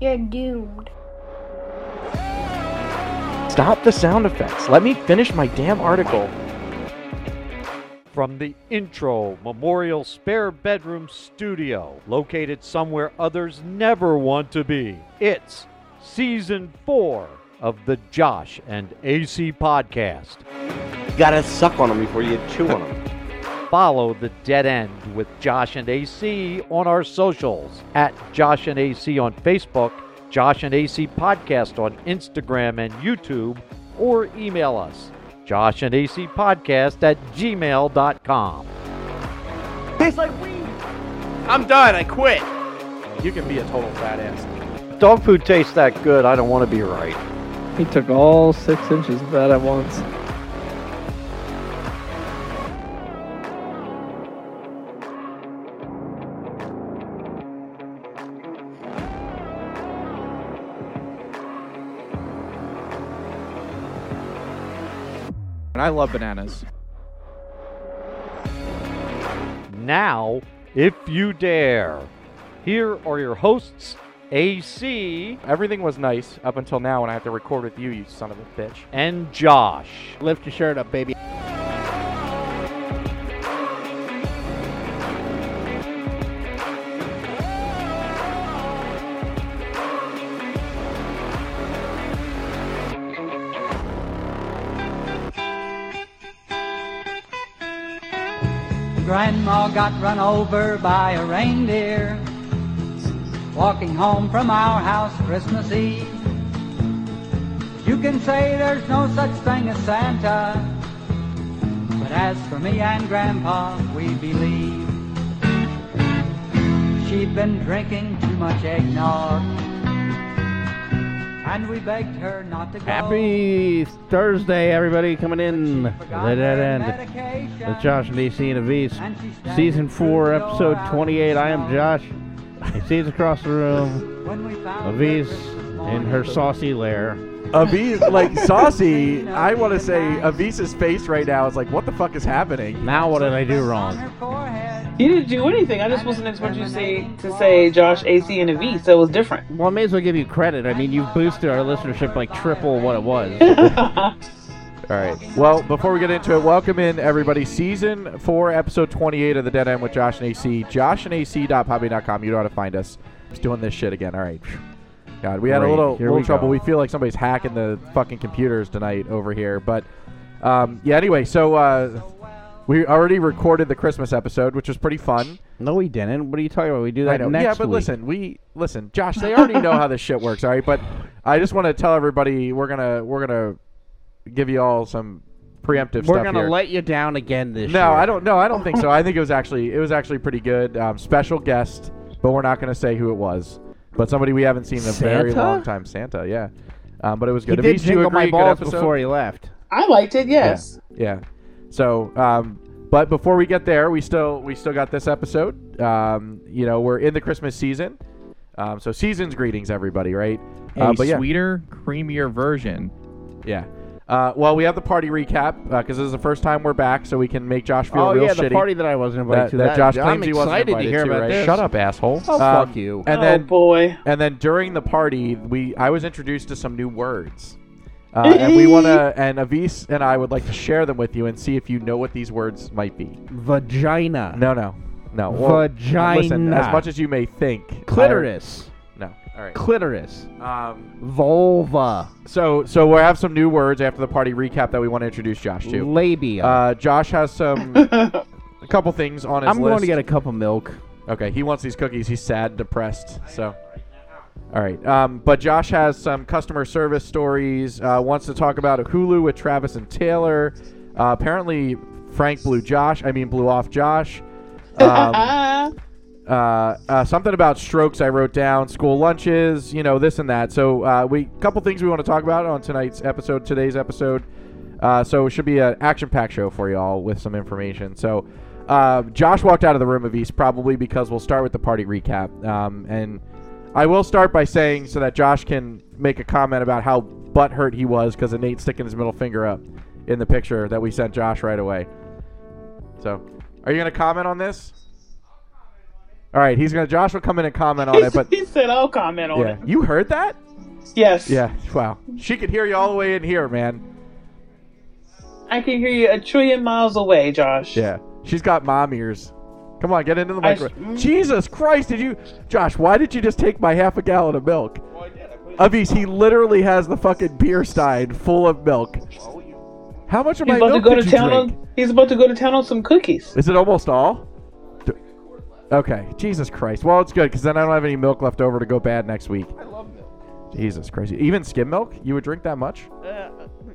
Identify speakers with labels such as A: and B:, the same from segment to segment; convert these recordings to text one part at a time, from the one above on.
A: You're doomed.
B: Stop the sound effects. Let me finish my damn article.
C: From the Intro Memorial Spare Bedroom Studio, located somewhere others never want to be, it's Season 4 of the Josh and AC Podcast.
D: You gotta suck on them before you chew on them.
C: Follow the dead end with Josh and AC on our socials at Josh and AC on Facebook, Josh and AC Podcast on Instagram and YouTube, or email us, Josh and AC Podcast at gmail.com.
D: Tastes like weed. I'm done. I quit.
B: You can be a total fat ass.
C: Dog food tastes that good, I don't want to be right.
E: He took all six inches of that at once.
F: And I love bananas.
C: Now, if you dare, here are your hosts, AC
B: Everything was nice up until now when I have to record with you, you son of a bitch.
C: and Josh.
E: Lift your shirt up, baby.
G: Grandma got run over by a reindeer walking home from our house Christmas Eve. You can say there's no such thing as Santa, but as for me and Grandpa, we believe she'd been drinking too much eggnog, and we begged her not to go.
H: Happy Thursday, everybody, coming in. The
G: Forgot
H: dead
G: her
H: end.
G: medication.
H: The Josh and DC and the Beast. Season 4, episode 28. I am Josh. He sees across the room
G: When we found her
H: Aviz
G: Christmas
H: in
G: morning,
H: her saucy lair.
B: Avis, like saucy. I want to say Avis's face right now is like, what the fuck is happening?
H: Now, what did I do
G: on her
H: wrong?
G: forehead.
I: You didn't do anything. I just wasn't expecting you to say to say Josh AC and a V, so it was different.
H: Well, I may as well give you credit. I mean, you've boosted our listenership like triple what it was.
B: All right. Well, before we get into it, welcome in everybody. Season four, episode twenty-eight of the Dead End with Josh and AC. Josh and AC.hobby.com. You know how to find us. Just doing this shit again. All right. God, we had a
H: Great.
B: little
H: Here
B: little
H: we
B: trouble.
H: go.
B: We feel like somebody's hacking the fucking computers tonight over here. But um, yeah. Anyway, so uh, we already recorded the Christmas episode, which was pretty fun.
H: no, we didn't. What are you talking about? We do
B: I
H: that
B: know.
H: next
B: yeah, but
H: week.
B: listen, we listen, Josh. They already know how this shit works, all right. But I just want to tell everybody we're gonna we're gonna give you all some preemptive
H: We're
B: stuff
H: going to
B: here.
H: let you down again this
B: no,
H: year.
B: I don't. No, I don't think so. I think it was actually it was actually pretty good. Um, special guest, but we're not gonna say who it was. But somebody we haven't seen in a very
H: Santa?
B: long time, Santa. Yeah. Um, but it was
H: He
B: good.
H: did
B: Avish, you
H: jingle my
B: agree? Good
H: balls
B: episode?
H: before he left.
I: I liked it, yes.
B: Yeah. So, um, but before we get there, we still we still got this episode. Um, you know, we're in the Christmas season. Um, so season's greetings, everybody, right?
F: A
B: uh, but yeah,
F: sweeter, creamier version.
B: yeah. Uh, well, we have the party recap because this is the first time we're back, so we can make Josh feel
H: oh,
B: real
H: yeah,
B: shitty.
H: the party that I wasn't invited
B: that,
H: to.
B: that Josh claims
H: I'm
B: he wasn't
H: excited
B: invited
H: to hear
B: to,
H: about
B: right?
H: this.
B: Shut up, asshole!
H: Oh,
B: Um,
H: fuck you.
B: And
I: oh
B: then
I: boy.
B: and then during the party, we I was introduced to some new words, uh, and we want to and Avis and I would like to share them with you and see if you know what these words might be.
H: Vagina.
B: No, no, no. Well, uh,
H: Vagina.
B: Listen, as much as you may think,
H: Clitoris.
B: I- no. All right.
H: Clitoris.
B: Um,
H: Vulva.
B: so, so we'll have some new words after the party recap that we want to introduce Josh to.
H: Labia.
B: Uh, Josh has some, a couple things on his
H: I'm
B: list.
H: going to get a cup of milk.
B: Okay, he wants these cookies. He's sad, depressed. So, all right. Um, but Josh has some customer service stories. Uh, wants to talk about Hulu with Travis and Taylor. Uh, apparently, Frank blew Josh. I mean, blew off Josh. Um, uh, uh, something about strokes. I wrote down school lunches. You know this and that. So uh, we couple things we want to talk about on tonight's episode. Today's episode. Uh, so it should be an action-packed show for y'all with some information. So uh, Josh walked out of the room of East probably because we'll start with the party recap. Um, and I will start by saying so that Josh can make a comment about how butthurt he was because of Nate sticking his middle finger up in the picture that we sent Josh right away. So are you going to comment on this? All right, he's gonna. Josh will come in and comment on it, but
I: he said, "I'll comment on
B: yeah,
I: it."
B: you heard that?
I: Yes.
B: Yeah. Wow. She could hear you all the way in here, man.
I: I can hear you a trillion miles away, Josh.
B: Yeah. She's got mom ears. Come on, get into the
I: I- mm.
B: microphone. Jesus Christ! Did you, Josh? Why did you just take my half a gallon of milk?
I: Oh,
B: Avies, he literally has the fucking beer stein full of milk. How much of
I: He's
B: my
I: about to
B: milk
I: go to
B: did you
I: town
B: drink?
I: on. He's about to go to town on some cookies.
B: Is it almost all? D- Okay. Jesus Christ. Well, it's good because then I don't have any milk left over to go bad next week. I love milk. Jesus Christ. Even skim milk? You would drink that much?
H: Uh,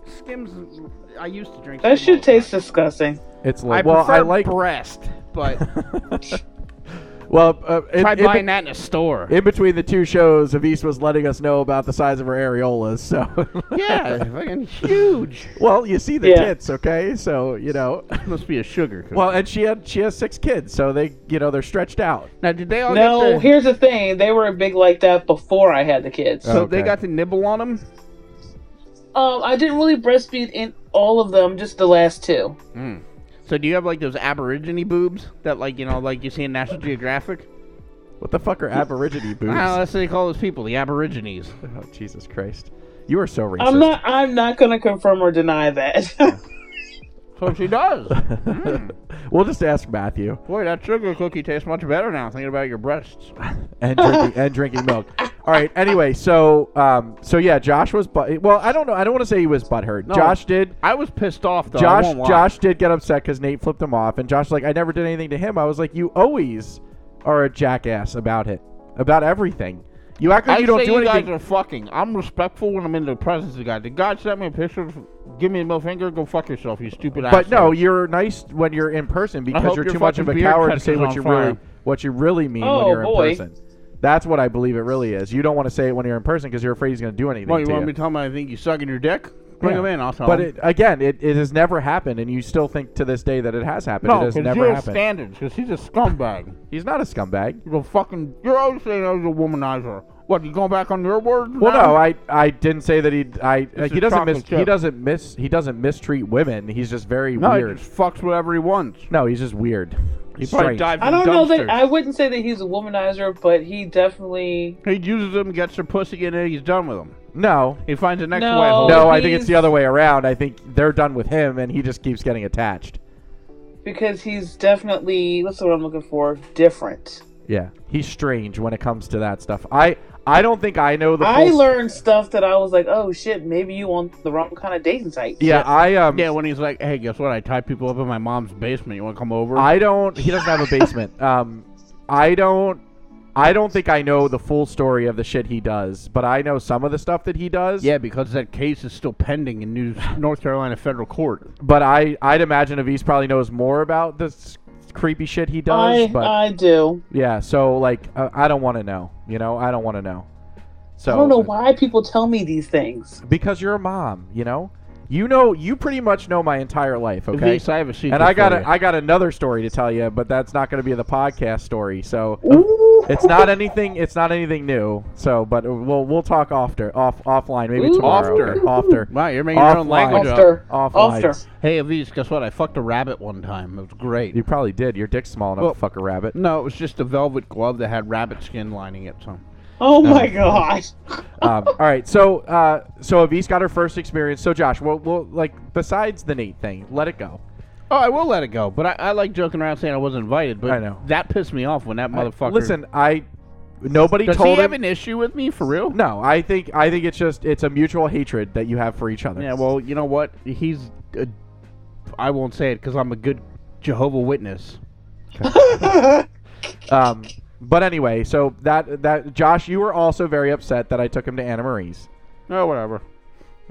H: skims. I used to drink.
I: That
H: Skim all
B: Oh,
I: should
H: the time.
I: taste disgusting.
B: It's
H: I
B: like well,
H: prefer
B: I like.
H: breast, but
B: well, uh, in,
H: try
B: in be-
H: buying that in a store.
B: in between the two shows, Avis was letting us know about the size of her areolas. So
H: yeah, fucking huge.
B: well, you see the
I: Yeah.
B: tits, okay? So you know.
H: Must be a sugar. Cookie.
B: Well, and she had she has six kids, so they you know they're stretched out.
H: now did they all get
I: No,
H: the,
I: here's the thing. They were big like that before I had the kids.
H: So they
B: Okay.
H: got to nibble on them.
I: Um, I didn't really breastfeed in all of them, just the last two.
H: So do you have like those aborigine boobs that like you know like you see in National Geographic?
B: What the fuck are aborigine boobs?
H: Ah, that's what they call those people, the aborigines.
B: Oh, Jesus Christ! You are so racist.
I: I'm not. I'm not gonna confirm or deny that.
H: So she does.
B: We'll just ask Matthew
H: Boy, that sugar cookie tastes much better now. Thinking about your breasts.
B: and drinking, and drinking milk. All right. Anyway, so um, so yeah, Josh was but well, I don't know. I don't want to say he was butthurt.
H: No.
B: Josh did.
H: I was pissed off though. I
B: Josh
H: won't lie.
B: Josh did get upset because Nate flipped him off, and Josh like I never did anything to him. I was like, you always are a jackass about it, about everything. You act like
H: I
B: you don't
H: say
B: do
H: you
B: anything.
H: guys are fucking. I'm respectful when I'm in the presence of God. Did God send me a picture? Give me a middle finger. Go fuck yourself, you stupid ass.
B: But no, you're nice when you're in person because
H: hope
B: you're
H: your
B: too much of a
H: fucking beard
B: coward to
H: catches
B: say what
H: on
B: you
H: fire.
B: really what you really mean when
I: Oh,
B: you're in
I: boy.
B: person. That's what I believe it really is. You don't want to say it when you're in person because you're afraid he's going to do anything.
H: Well, you
B: to
H: want
B: you.
H: me to tell him I think you suck in your dick? Bring
B: Yeah.
H: him in. I'll tell
B: But
H: him.
B: it, again, it, it has never happened, and you still think to this day that it has happened.
H: no,
B: it has
H: because
B: never
H: you're
B: happened.
H: standards. Because he's a scumbag.
B: He's not a scumbag.
H: You're a fucking. You're always saying I was a womanizer. What? You going back on your words?
B: Well,
H: now?
B: no, I, I didn't say that he I like, he
H: is
B: doesn't
H: chocolate
B: mis- he
H: chip.
B: doesn't miss he doesn't mistreat women. He's just very
H: No,
B: weird.
H: he just fucks whatever he wants.
B: No, he's just weird.
H: He
B: He's
H: probably dives
I: I
H: in
I: don't know that.
H: dumpsters.
I: I wouldn't say that he's a womanizer, but he definitely.
H: He uses them, gets their pussy in it. He's done with them.
B: No,
H: He finds the next
I: No.
H: way home.
B: no, I think it's the
I: he's-
B: other way around. I think they're done with him, and he just keeps getting attached.
I: because he's definitely what's the word I'm looking for? Different.
B: Yeah, he's strange when it comes to that stuff. I I don't think I know the. Full
I: I
B: s-
I: learned stuff that I was like, oh shit, maybe you want the wrong kind of dating site.
B: Yeah, I um.
H: Yeah, when he's like, "Hey, guess what? I tie people up in my mom's basement. You want to come over?"
B: I don't. He doesn't have a basement. um, I don't. I don't think I know the full story of the shit he does, but I know some of the stuff that he does.
H: yeah, because that case is still pending in New North Carolina federal court.
B: But I I'd imagine Avis probably knows more about this creepy shit he does.
I: I uh,
B: but
I: I do.
B: yeah, so like uh, I don't want to know. You know, I don't want to know. So
I: I don't know why people tell me these things.
B: because you're a mom, you know? You know, you pretty much know my entire life, okay?
H: Vise, I have a secret
B: and I got
H: for
B: a,
H: you.
B: I got another story to tell you, but that's not going to be the podcast story. So
I: Ooh.
B: it's not anything it's not anything new. So, but we'll we'll talk after off offline maybe
I: Ooh.
B: tomorrow.
H: After.
B: After.
H: Wow, you're making your own
B: Offline.
H: language up.
B: uh,
I: After.
B: Offline.
I: After.
H: Hey, Avise, guess what? I fucked a rabbit one time. It was great.
B: You probably did. Your dick's small enough
H: Well-
B: to fuck a rabbit.
H: No, it was just a velvet glove that had rabbit skin lining it. So
I: Oh my god.
B: um, all right, so uh, so Avis got her first experience. So Josh, we'll, we'll like besides the Nate thing, let it go.
H: Oh, I will let it go, but I, I like joking around saying I wasn't invited. But
B: I know.
H: that pissed me off when that motherfucker.
B: Listen, I nobody
H: does
B: told
H: he
B: him.
H: have an issue with me for real?
B: No, I think I think it's just it's a mutual hatred that you have for each other.
H: Yeah, well, you know what? He's. A, I won't say it because I'm a good Jehovah Witness.
B: Um, but anyway, so that that Josh, you were also very upset that I took him to Anna Marie's.
H: Oh, whatever.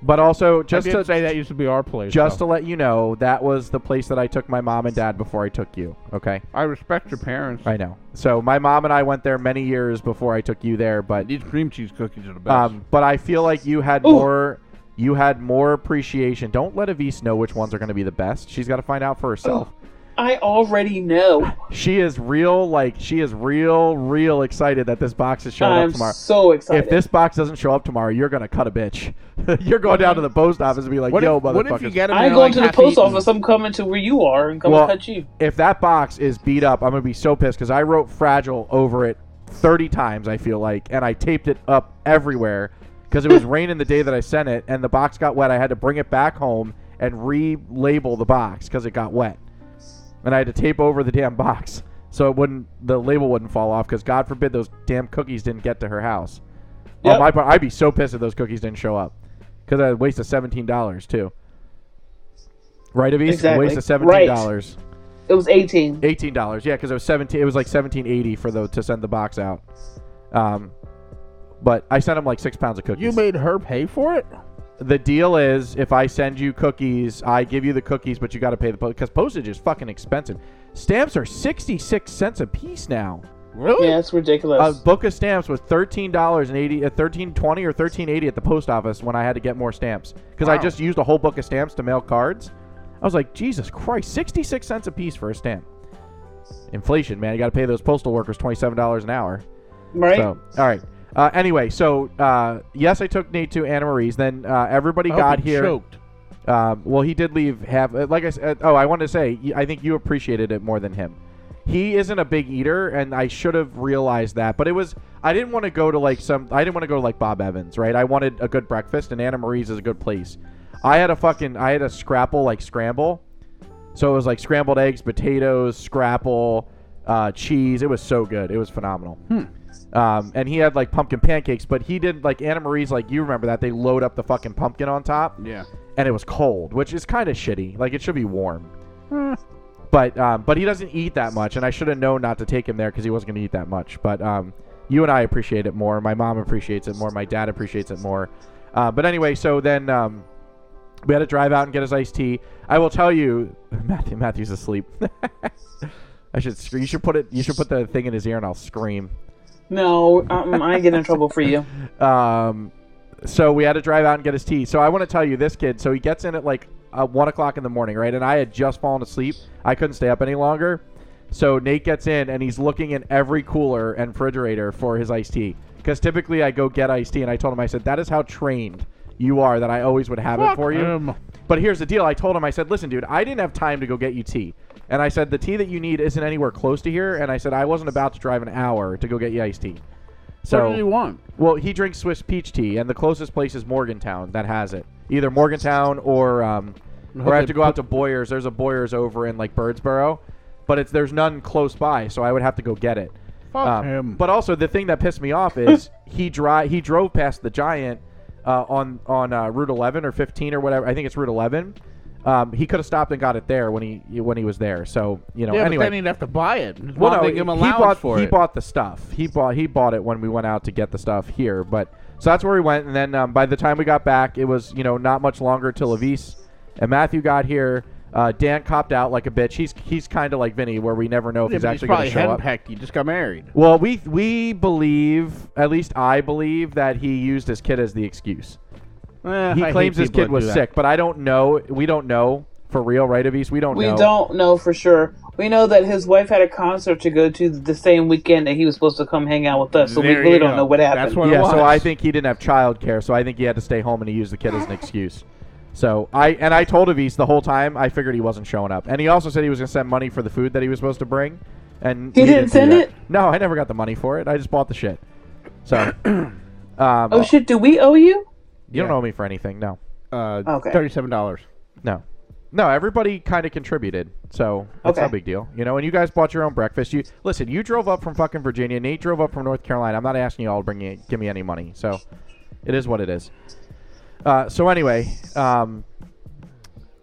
B: But also just
H: Just to
B: to
H: say that used to be our place.
B: just to
H: so.
B: let you know, that was the place that I took my mom and dad before I took you. Okay,
H: I respect your parents.
B: I know. So my mom and I went there many years before I took you there, but
H: These cream cheese cookies are the best.
B: um, but I feel like you had more. You had more appreciation. Don't let Avise know which ones are going to be the best. She's got to find out for herself.
I: I already know.
B: She is real, like she is real, real excited that this box is showing
I: I'm
B: up tomorrow.
I: so excited.
B: if this box doesn't show up tomorrow, you're gonna cut a bitch. you're going down to the post office and be like,
F: What,
B: "Yo,
F: if,
B: motherfuckers!"
F: what if you get 'em and
I: I
F: they're,
I: go
F: like,
I: to the
F: half
I: post
F: eaten?
I: office. I'm coming to where you are and come
B: Well-
I: and cut you.
B: if that box is beat up, I'm gonna be so pissed because I wrote fragile over it 30 times. I feel like, and I taped it up everywhere because it was raining the day that I sent it, and the box got wet. I had to bring it back home and relabel the box because it got wet, and I had to tape over the damn box so it wouldn't the label wouldn't fall off. Because God forbid those damn cookies didn't get to her house. On
I: Yep.
B: my part, I'd be so pissed if those cookies didn't show up because I wasted seventeen dollars too. Right, Avis?
I: Exactly.
B: Waste of seventeen
I: Right.
B: dollars.
I: It was 18.
B: Eighteen dollars, yeah, because it was seventeen. It was like seventeen eighty for the to send the box out. Um, but I sent him like six pounds of cookies.
H: You made her pay for it?
B: the deal is, if I send you cookies, I give you the cookies, but you got to pay the post because postage is fucking expensive. Stamps are sixty six cents a piece now.
H: Really?
I: Yeah, it's ridiculous.
B: A Uh, book of stamps was thirteen dollars and eighty, uh, thirteen twenty or thirteen eighty at the post office when I had to get more stamps because I
F: Wow.
B: just used a whole book of stamps to mail cards. I was like, Jesus Christ, sixty six cents a piece for a stamp. Inflation, man, you got to pay those postal workers twenty seven dollars an hour.
I: right?
B: So, all right. Uh, anyway, so uh, yes, I took Nate to Anna Marie's. Then uh, everybody
H: I hope
B: got
H: he
B: here.
H: Choked.
B: Um, well, he did leave half. uh, Like I said, oh, I wanted to say, y- I think you appreciated it more than him. He isn't a big eater, and I should have realized that. But it was, I didn't want to go to like some, I didn't want to go to like Bob Evans, right? I wanted a good breakfast, and Anna Marie's is a good place. I had a fucking, I had a scrapple like scramble. So it was like scrambled eggs, potatoes, scrapple, uh, cheese. It was so good. It was phenomenal. Um, and he had like pumpkin pancakes, but he did like Anna Marie's, like you remember that they load up the fucking pumpkin on top
H: Yeah.
B: and it was cold, which is kind of shitty. Like it should be warm. But um, but he doesn't eat that much, and I should have known not to take him there because he wasn't going to eat that much. But um, you and I appreciate it more. My mom appreciates it more. My dad appreciates it more. Uh, but anyway, so then um, we had to drive out and get his iced tea. I will tell you, Matthew Matthew's asleep. I should sc- you should put it you should put the thing in his ear and I'll scream.
I: No, um, I get in trouble for you.
B: Um, so we had to drive out and get his tea. So I want to tell you this kid. So he gets in at like uh, one o'clock in the morning, right? And I had just fallen asleep. I couldn't stay up any longer. So Nate gets in and he's looking in every cooler and refrigerator for his iced tea. Because typically I go get iced tea, and I told him I said that is how trained you are that I always would have it for you.
H: him.
B: But here's the deal. I told him, I said, listen, dude, I didn't have time to go get you tea. And I said, the tea that you need isn't anywhere close to here. And I said, I wasn't about to drive an hour to go get you iced tea. So
H: what did he want?
B: well, he drinks Swiss peach tea, and the closest place is Morgantown that has it. Either Morgantown or um, or I have to go out to Boyers. There's a Boyers over in like Birdsboro, but it's there's none close by, so I would have to go get it.
H: Fuck
B: Um,
H: him.
B: But also the thing that pissed me off is he dri- he drove past the Giant uh, on on uh, Route 11 or 15 or whatever. I think it's Route 11. Um, he could have stopped and got it there when he when he was there. So you know
H: yeah,
B: anyway.
H: but then he'd have to buy it. His
B: Well,
H: mom
B: no,
H: didn't give him
B: he
H: allowance
B: bought
H: for
B: he
H: it.
B: bought the stuff. He bought he bought it when we went out to get the stuff here. But so that's where we went, and then um, by the time we got back, it was you know not much longer till Avis and Matthew got here. Uh, Dan copped out like a bitch. He's he's kind of like Vinny, where we never know if
H: Yeah,
B: he's
H: but
B: actually going
H: probably
B: to show up.
H: henpecked. He just got married.
B: Well, we we believe, at least I believe, that he used his kid as the excuse.
H: Eh,
B: He
H: I hate
B: claims his
H: people
B: kid
H: that do
B: was
H: that.
B: sick, but I don't know. We don't know for real, right, Avis? We don't
I: We
B: know.
I: don't know for sure. We know that his wife had a concert to go to the same weekend that he was supposed to come hang out with us, so
H: There
I: we really
H: you
I: don't
H: go.
I: know what happened.
H: That's what
B: yeah,
H: it was.
B: so I think he didn't have child care, so I think he had to stay home and he used the kid as an excuse. So I and I told Avis the whole time I figured he wasn't showing up, and he also said he was going to send money for the food that he was supposed to bring, and
I: He didn't
B: do
I: send
B: that.
I: it?
B: No, I never got the money for it. I just bought the shit. So um,
I: oh, shit, do we owe you?
B: you don't
H: yeah.
B: owe me for anything. No,
H: uh,
I: Okay.
H: thirty-seven dollars.
B: no, no. Everybody kind of contributed, so that's
I: Okay.
B: no big deal, you know. And you guys bought your own breakfast. You listen. You drove up from fucking Virginia. Nate drove up from North Carolina. I'm not asking you all to bring you, give me any money. So it is what it is. Uh, so anyway, um,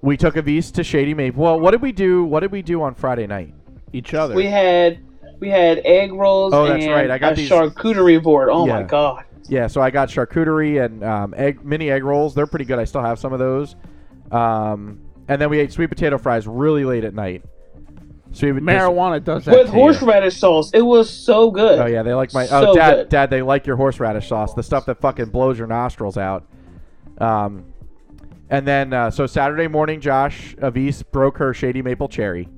B: we took Avis to Shady Maple. Well, what did we do? What did we do on Friday night?
H: Each other.
I: We had we had egg rolls
B: Oh, that's
I: and
B: right. I got
I: a
B: these-
I: charcuterie board. Oh my
B: Yeah.
I: god.
B: Yeah, so I got charcuterie and um, egg mini egg rolls. They're pretty good. I still have some of those. Um, and then we ate sweet potato fries really late at night. Sweet
H: Marijuana does that.
I: With
H: to you.
I: horseradish sauce. It was so good.
B: Oh yeah, they like my.
I: So
B: oh, dad,
I: good.
B: dad, they like your horseradish sauce, the stuff that fucking blows your nostrils out. Um, and then uh, so Saturday morning, Josh Avis broke her shady maple cherry.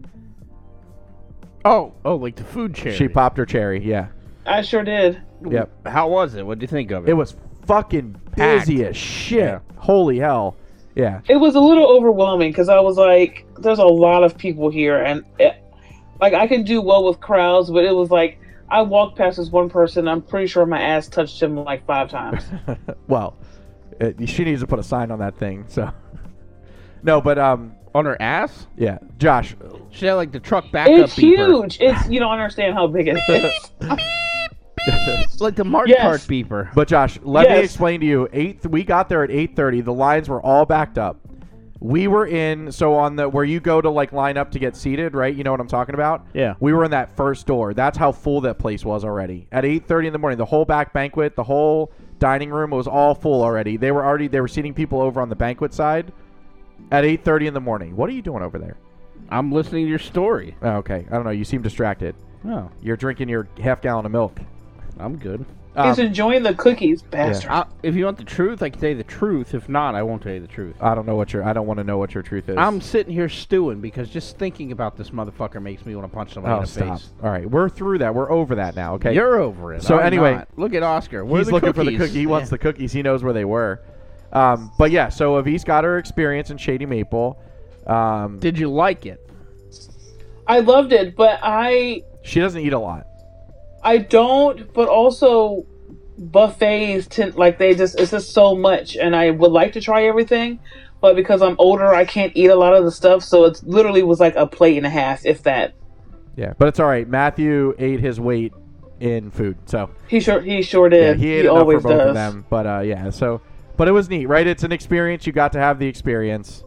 H: Oh, oh, like the food charity.
B: She popped her cherry. Yeah.
I: I sure did.
B: Yep.
H: How was it? What do you think of it?
B: It was fucking busy as shit.
H: Yeah.
B: Holy hell. Yeah.
I: It was a little overwhelming because I was like, "There's a lot of people here," and it, like I can do well with crowds, but it was like I walked past this one person. I'm pretty sure my ass touched him like five times.
B: Well, it, she needs to put a sign on that thing. So. No, but um,
H: on her ass?
B: yeah, Josh.
H: She had like the truck backup.
I: it's huge. It's you don't understand how big it is.
H: Like the Mark
I: Yes.
H: Kart beeper.
B: But Josh, let me
I: Yes.
B: explain to you. Eight, we got there at eight thirty. The lines were all backed up. We were in so on the where you go to like line up to get seated, right? You know what I'm talking about?
H: Yeah.
B: We were in that first door. That's how full that place was already. At eight thirty in the morning, the whole back banquet, the whole dining room was all full already. They were already they were seating people over on the banquet side at eight thirty in the morning. What are you doing over there?
H: I'm listening to your story.
B: Oh, okay, I don't know. You seem distracted.
H: Oh,
B: You're drinking your half gallon of milk.
H: I'm good.
I: He's
B: Um,
I: enjoying the cookies, bastard.
H: I, if you want the truth, I can tell you the truth. If not, I won't tell you the truth.
B: I don't know what your I don't want to know what your truth is.
H: I'm sitting here stewing because just thinking about this motherfucker makes me want to punch somebody
B: Oh,
H: in the
B: stop.
H: face.
B: All right, we're through that. We're over that now. Okay.
H: You're over it.
B: So
H: I'm
B: anyway,
H: not. look at Oscar. Where are
B: He's
H: the
B: looking for the
H: cookies?
B: cookie. He wants the cookies. He knows where they were. Um, but yeah, so Avis got her experience in Shady Maple. Um,
H: Did you like it?
I: I loved it, but I
B: she doesn't eat a lot.
I: I don't, but also buffets tend like they just it's just so much, and I would like to try everything, but because I'm older, I can't eat a lot of the stuff. So it literally was like a plate and a half, if that.
B: Yeah, but it's all right. Matthew ate his weight in food, so
I: He sure he sure
B: yeah,
I: did.
B: he ate
I: he
B: enough for
I: always
B: both
I: does.
B: of them. But uh, yeah, so but it was neat, right? It's an experience. You got to have the experience.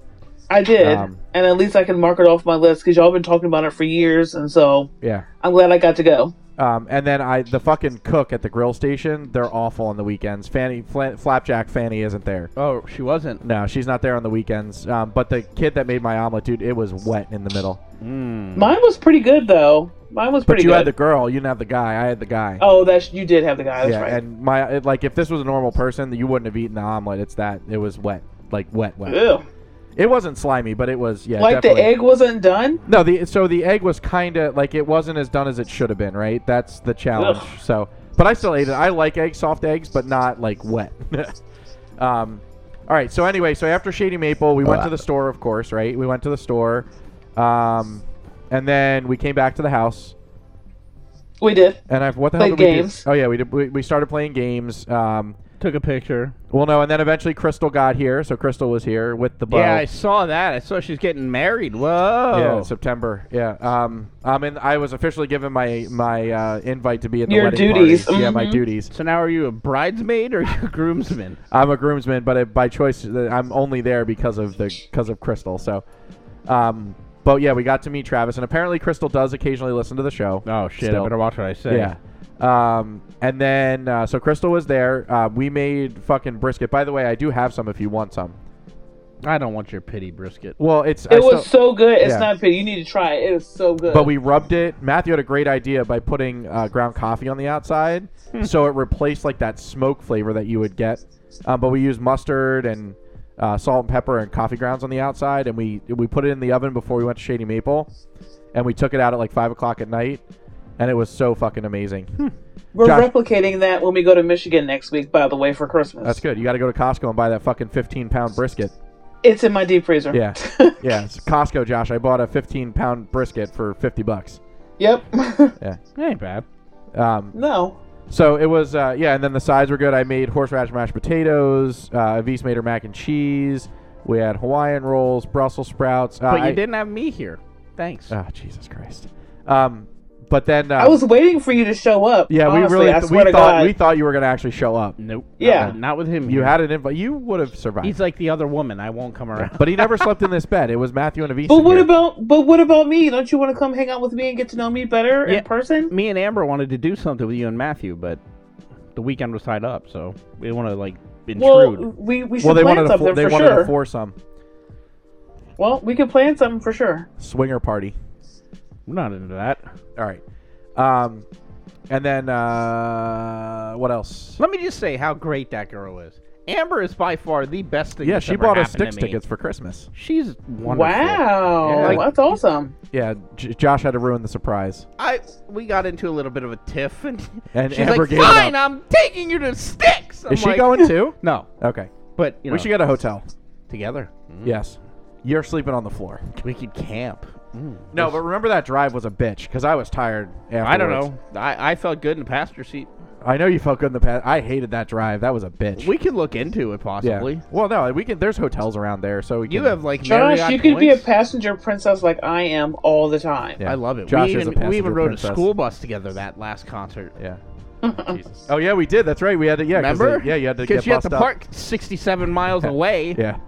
I: I did,
B: Um,
I: and at least I can mark it off my list because y'all been talking about it for years, and so
B: Yeah.
I: I'm glad I got to go.
B: Um, and then I the fucking cook at the grill station. They're awful on the weekends. Fanny Fla- Flapjack Fanny isn't there.
H: Oh, she wasn't.
B: No, she's not there on the weekends. Um, but the kid that made my omelet, dude, it was wet in the middle. Mm.
I: Mine was pretty good though. Mine was
B: But
I: pretty
B: you
I: good.
B: had the girl, you didn't have the guy. I had the guy.
I: oh, that's you did have the guy. That's
B: yeah,
I: right.
B: and my it, like if this was a normal person, you wouldn't have eaten the omelet. It's that it was wet, like wet, wet.
I: Ew.
B: It wasn't slimy, but it was yeah.
I: like
B: definitely.
I: the egg wasn't done.
B: No, the so the egg was kind of like it wasn't as done as it should have been, right? That's the challenge.
I: Ugh.
B: So, but I still ate it. I like eggs, soft eggs, but not like wet. um, all right. So anyway, so after Shady Maple, we went to the store, of course, right? We went to the store, um, and then we came back to the house.
I: We did.
B: And I what the hell
I: Played
B: did we
I: games.
B: do? Oh yeah, we did, we, we started playing games. Um,
H: Took a picture.
B: well, no, and then eventually Crystal got here, so Crystal was here with the bow.
H: Yeah, I saw that. I saw she's getting married. Whoa.
I: Oh.
B: Yeah, September. Yeah. Um. Um. And I was officially given my my uh, invite to be at the
I: Your
B: wedding
I: duties.
B: party. Yeah, my
I: Mhm.
B: duties.
H: So now are you a bridesmaid or are you a groomsman?
B: I'm a groomsman, but it, by choice, uh, I'm only there because of the because of Crystal. So, um. But yeah, we got to meet Travis, and apparently Crystal does occasionally listen to the show.
H: Oh shit!
B: Still.
H: I better watch what I say.
B: Yeah. Um. And then uh, so Crystal was there. Uh, we made fucking brisket. By the way, I do have some if you want some.
H: I don't want your pity brisket.
B: Well, it's I
I: It was
B: still-
I: so good. It's
B: yeah.
I: not pity. You need to try it. It was so good.
B: But we rubbed it. Matthew had a great idea by putting uh, ground coffee on the outside, so it replaced like that smoke flavor that you would get. Um, but we used mustard and uh, salt and pepper and coffee grounds on the outside, and we we put it in the oven before we went to Shady Maple, and we took it out at like five o'clock at night, and it was so fucking amazing.
I: We're
B: Josh-
I: replicating that when we go to Michigan next week, by the way, for Christmas.
B: That's good. You got to go to Costco and buy that fucking fifteen pound brisket.
I: It's in my deep freezer.
B: Yeah, yeah. It's Costco, Josh. I bought a fifteen pound brisket for fifty bucks.
I: yep.
H: Ain't bad.
B: Um,
I: no.
B: So it was, uh, yeah, and then the sides were good. I made horseradish mashed potatoes. Uh, Avis made her mac and cheese. We had Hawaiian rolls, Brussels sprouts. Uh,
H: But
B: I-
H: you didn't have me here. Thanks.
B: Ah, Jesus Christ. Um, but then uh,
I: I was waiting for you to show up.
B: yeah,
I: honestly,
B: we really
I: I
B: we
I: swear
B: thought
I: to God. Mm-hmm.
B: we thought you were gonna actually show up.
H: nope. not
I: Yeah.
H: with- Not with him.
B: You
H: here.
B: had an invite. You would have survived.
H: He's like the other woman. I won't come around.
B: but he never slept in this bed. It was Matthew and Avis.
I: but
B: in
I: what
B: here.
I: about but what about me? Don't you want to come hang out with me and get to know me better
H: Yeah.
I: in person?
B: Mm,
H: me and Amber wanted to do something with you and Matthew, but the weekend was tied up, so we didn't want to like
I: Well,
H: intrude.
I: we we should
B: Well, they
I: plan
B: wanted to
I: something
B: fo- they
I: for
B: wanted
I: sure.
B: to foursome
I: well, we can plan something for sure.
B: swinger party.
H: We're not into that.
B: All right. Um, and then uh, what else?
H: Let me just say how great that girl is. Amber is by far the best thing.
B: Yeah,
H: that's
B: she
H: ever
B: bought us
H: happened to
B: Sticks
H: me.
B: tickets for Christmas.
H: She's wonderful.
I: Wow,
B: Yeah.
I: that's awesome.
B: Yeah, J- Josh had to ruin the surprise.
H: I we got into a little bit of a tiff, and,
B: And
H: she's
B: Amber
H: like,
B: gave it
H: "Fine,
B: up.
H: I'm taking you to Sticks." I'm
B: Is she
H: like,
B: going too?
H: No,
B: Okay.
H: but you know, Mm-hmm.
B: We should get a hotel.
H: together.
B: Yes. You're sleeping on the floor.
H: We could camp.
B: No, but remember that drive was a bitch because I was tired. Afterwards.
H: I don't know. I, I felt good in the passenger seat.
B: I know you felt good in the past. I hated that drive. That was a bitch.
H: We could look into it
B: yeah.
H: possibly.
B: Well, no, we can. There's hotels around there, so we
H: You
B: can-
H: have like
I: Josh,
H: Marriott
I: you could be a
H: points.
I: passenger princess like I am all the time.
B: Yeah.
H: I love it.
B: Josh
H: we
B: is a
H: even,
B: passenger
H: we even rode
B: princess.
H: a school bus together that last concert.
B: Yeah. Oh yeah, we did. That's right. We had to. Yeah, 'cause
H: Remember?
B: they- yeah, you had to get
H: Because you had
B: bussed
H: to
B: up.
H: park 67 miles away.
B: Yeah.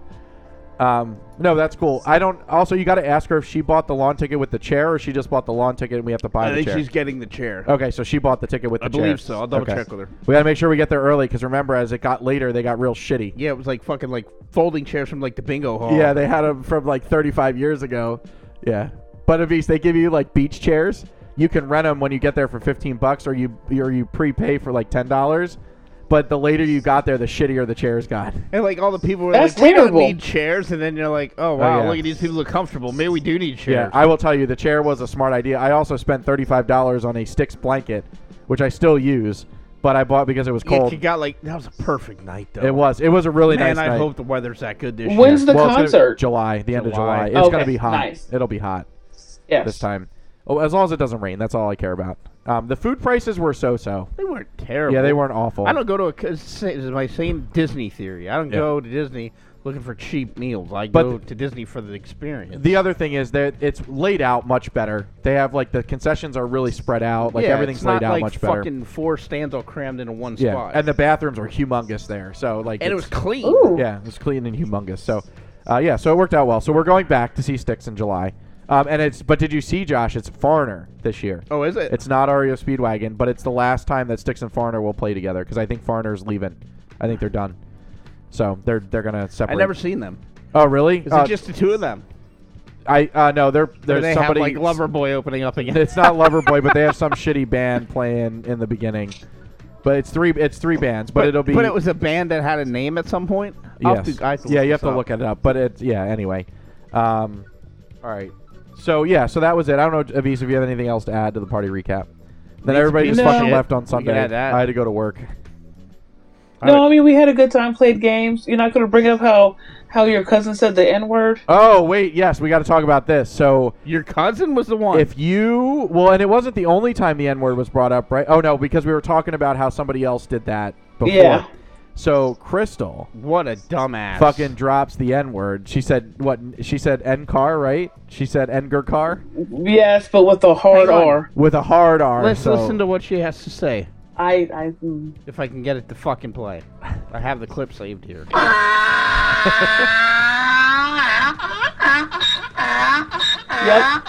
B: Um, no, that's cool. I don't. Also, you got to ask her if she bought the lawn ticket with the chair, or she just bought the lawn ticket and we have to buy
H: I
B: the
H: think
B: chair.
H: she's getting the chair.
B: Okay, so she bought the ticket with the
H: I
B: chair.
H: believe so. I'll double
B: Okay.
H: check with her.
B: We gotta make sure we get there early because remember, as it got later, they got real shitty.
H: Yeah, it was like fucking like folding chairs from like the bingo hall.
B: Yeah, they had them from like 35 years ago. Yeah, but if they give you like beach chairs, you can rent them when you get there for 15 bucks, or you or you prepay for like 10 dollars. But the later you got there, the shittier the chairs got.
H: and like all the people were
I: That's
H: like, we don't
I: terrible.
H: need chairs, and then you're like, oh wow,
B: yeah.
H: look at these people look comfortable. Maybe we do need
B: Yeah,
H: chairs.
B: I will tell you, the chair was a smart idea. I also spent thirty-five dollars on a sticks blanket, which I still use, but I bought because it was
H: Yeah,
B: cold.
H: you got like that was a perfect night though.
B: it was. It was a really nice
H: Man, I
B: night.
H: hope the weather's that good this
I: When's
H: year.
I: the
B: Well, it's gonna-
I: concert?
B: July, the end of July.
H: July.
B: It's gonna
I: Okay,
B: be hot.
I: nice.
B: It'll be hot
I: Yes.
B: this time. Oh, as long as it doesn't rain, that's all I care about. Um, the food prices were so-so.
H: They weren't terrible.
B: Yeah, they weren't awful.
H: I don't go to a. 'cause sa- This is my same Disney theory. I don't
B: Yeah.
H: go to Disney looking for cheap meals. I
B: But
H: go
B: th-
H: to Disney for the experience.
B: The other thing is that it's laid out much better. They have like the concessions are really spread out. Like
H: yeah,
B: everything's
H: it's not
B: laid out
H: like
B: much better.
H: fucking four stands all crammed into one
B: yeah,
H: spot.
B: and the bathrooms were humongous there. So like,
H: and it
B: it's-
H: was clean.
I: Ooh.
B: Yeah, it was clean and humongous. So, uh, yeah, so it worked out well. So we're going back to see Sticks in July. Um, and it's but did you see Josh? It's Foreigner this year.
H: Oh, is it?
B: It's not REO Speedwagon, but it's the last time that Sticks and Foreigner will play together because I think Foreigner's leaving. I think they're done. So they're they're gonna separate.
H: I never seen them.
B: Oh really?
H: Is
B: Uh,
H: it just the two of them?
B: I uh, no. They're
H: Or
B: there's
H: they
B: somebody
H: have like Lover Boy opening up again.
B: It's not Loverboy, but they have some shitty band playing in the beginning. But it's three it's three bands, but, it'll be
H: But it was a band that had a name at some point. I'll have
B: Yes.
H: to- I have to
B: yeah, you have
H: this
B: to
H: up.
B: look it up. But it's yeah. Anyway, um, all right. So yeah, so that was it. I don't know, Avis, if you have anything else to add to the party recap. Then
H: It's a
B: everybody
H: piece
B: just
I: of
B: fucking
I: shit.
B: left on
H: We
B: Sunday.
H: can add that.
B: I had to go to work.
I: No, I mean we had a good time, played games. You're not going to bring up how how your cousin said the N word.
B: Oh wait, yes, we got to talk about this. So
H: Your cousin was the one.
B: if you well, and it wasn't the only time the N word was brought up, right? Oh no, because we were talking about how somebody else did that before.
I: Yeah.
B: So Crystal
H: what a dumbass.
B: fucking drops the N word. She said what? She said N car, right? She said Edgar car
I: Yes, but with a hard
H: Hang on.
I: R.
B: with a hard R.
H: Let's
B: so-
H: listen to what she has to say.
I: I I mm.
H: If I can get it to fucking play. I have the clip saved here.
I: yep.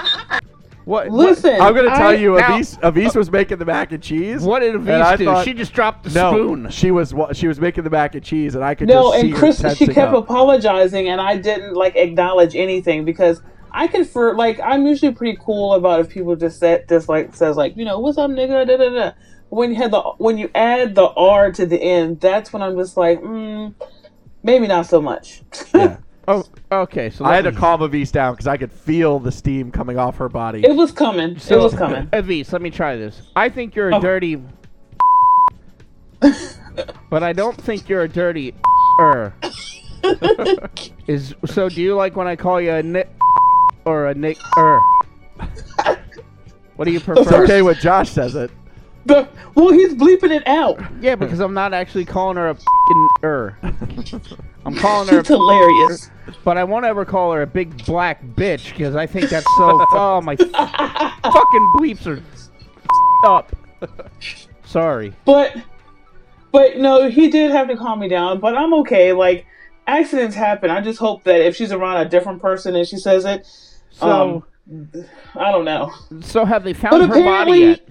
H: What?
I: Listen,
B: I'm gonna tell
I: I-
B: you,
H: now-
B: Avis, Avis was making the mac and cheese.
H: What, what did
B: And I
H: Avise do?
B: thought-
H: she just dropped the
B: No,
H: spoon.
B: she was wa- she was making the mac and cheese, and I could
I: No,
B: just see
I: and Chris,
B: her tensing
I: she kept
B: up.
I: apologizing, and I didn't like acknowledge anything because I confer like I'm usually pretty cool about if people just said just like says like you know what's up nigga da da da. When you had the when you add the R to the end, that's when I'm just like mm, maybe not so much.
B: Yeah.
H: Oh, okay. So
B: I had to
H: let me-
B: calm Avis down because I could feel the steam coming off her body.
I: it was coming. it was coming.
H: Avise, let me try this. I think you're a
I: Oh.
H: dirty. but I don't think you're a dirty. er. Is so? Do you like when I call you a nick or a nick er? What do you
B: It's
H: prefer?
B: okay when Josh says it.
I: The, well, he's bleeping it out.
H: Yeah, because I'm not actually calling her a fing er. I'm calling her,
I: It's hilarious.
H: but I won't ever call her a big black bitch because I think that's so. oh my fucking bleeps are up. Sorry.
I: But but no, he did have to calm me down, but I'm okay. Like accidents happen. I just hope that if she's around a different person and she says it, um,
H: So,
I: I don't know.
H: so have they found
I: But
H: her body
I: apparently
H: yet?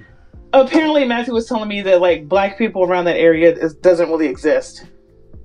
I: apparently Matthew was telling me that like black people around that area is, doesn't really exist.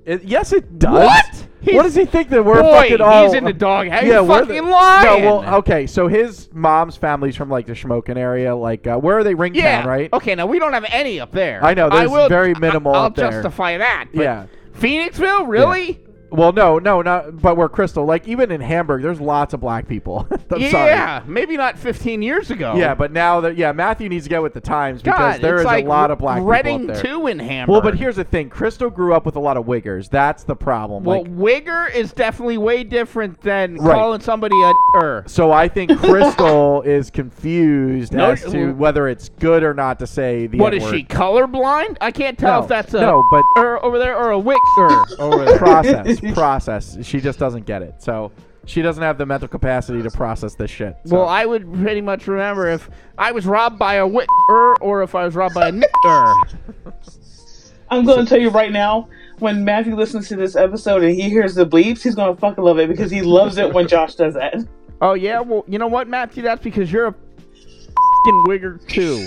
B: It- yes, it does.
H: What?
B: what
H: He's-
B: does he think that we're
H: Boy,
B: fucking all?
H: he's in the doghouse. He's
B: we're the-
H: fucking lying.
B: No, well, okay. So his mom's family's from like the Schmoken area. Like, uh, where are they? Ringtown,
H: Yeah.
B: right?
H: Okay. Now we don't have any up there.
B: I know,
H: I
B: there's
H: will,
B: very
H: I-
B: minimal
H: I'll
B: up there.
H: justify that. but
B: Yeah.
H: Phoenixville, really?
B: Well, no, no, not. But we're Crystal. Like even in Hamburg, there's lots of black people. I'm sorry.
H: Yeah, maybe not 15 years ago.
B: Yeah, but now that yeah, Matthew needs to get with the times
H: God,
B: because there
H: it's
B: is
H: like
B: a lot of black
H: Reading
B: people out there.
H: two in Hamburg.
B: Well, but here's the thing: Crystal grew up with a lot of wiggers. That's the problem.
H: well,
B: like,
H: Wigger is definitely way different than
B: Right.
H: calling somebody a er.
B: so I think Crystal is confused
H: No,
B: as to whether it's good or not to say the.
H: What is
B: N-word.
H: she colorblind? I can't tell
B: No,
H: if that's a
B: no, but
H: er over there or a wicker over there.
B: process, process. She just doesn't get it. So she doesn't have the mental capacity to process this shit. So.
H: Well, I would pretty much remember if I was robbed by a wicker or if I was robbed by a nicker.
I: I'm going to tell you right now. When Matthew listens to this episode and he hears the bleeps, he's going to fucking love it because he loves it when Josh does that.
H: Oh yeah, well you know what, Matthew? That's because you're a fucking wigger too.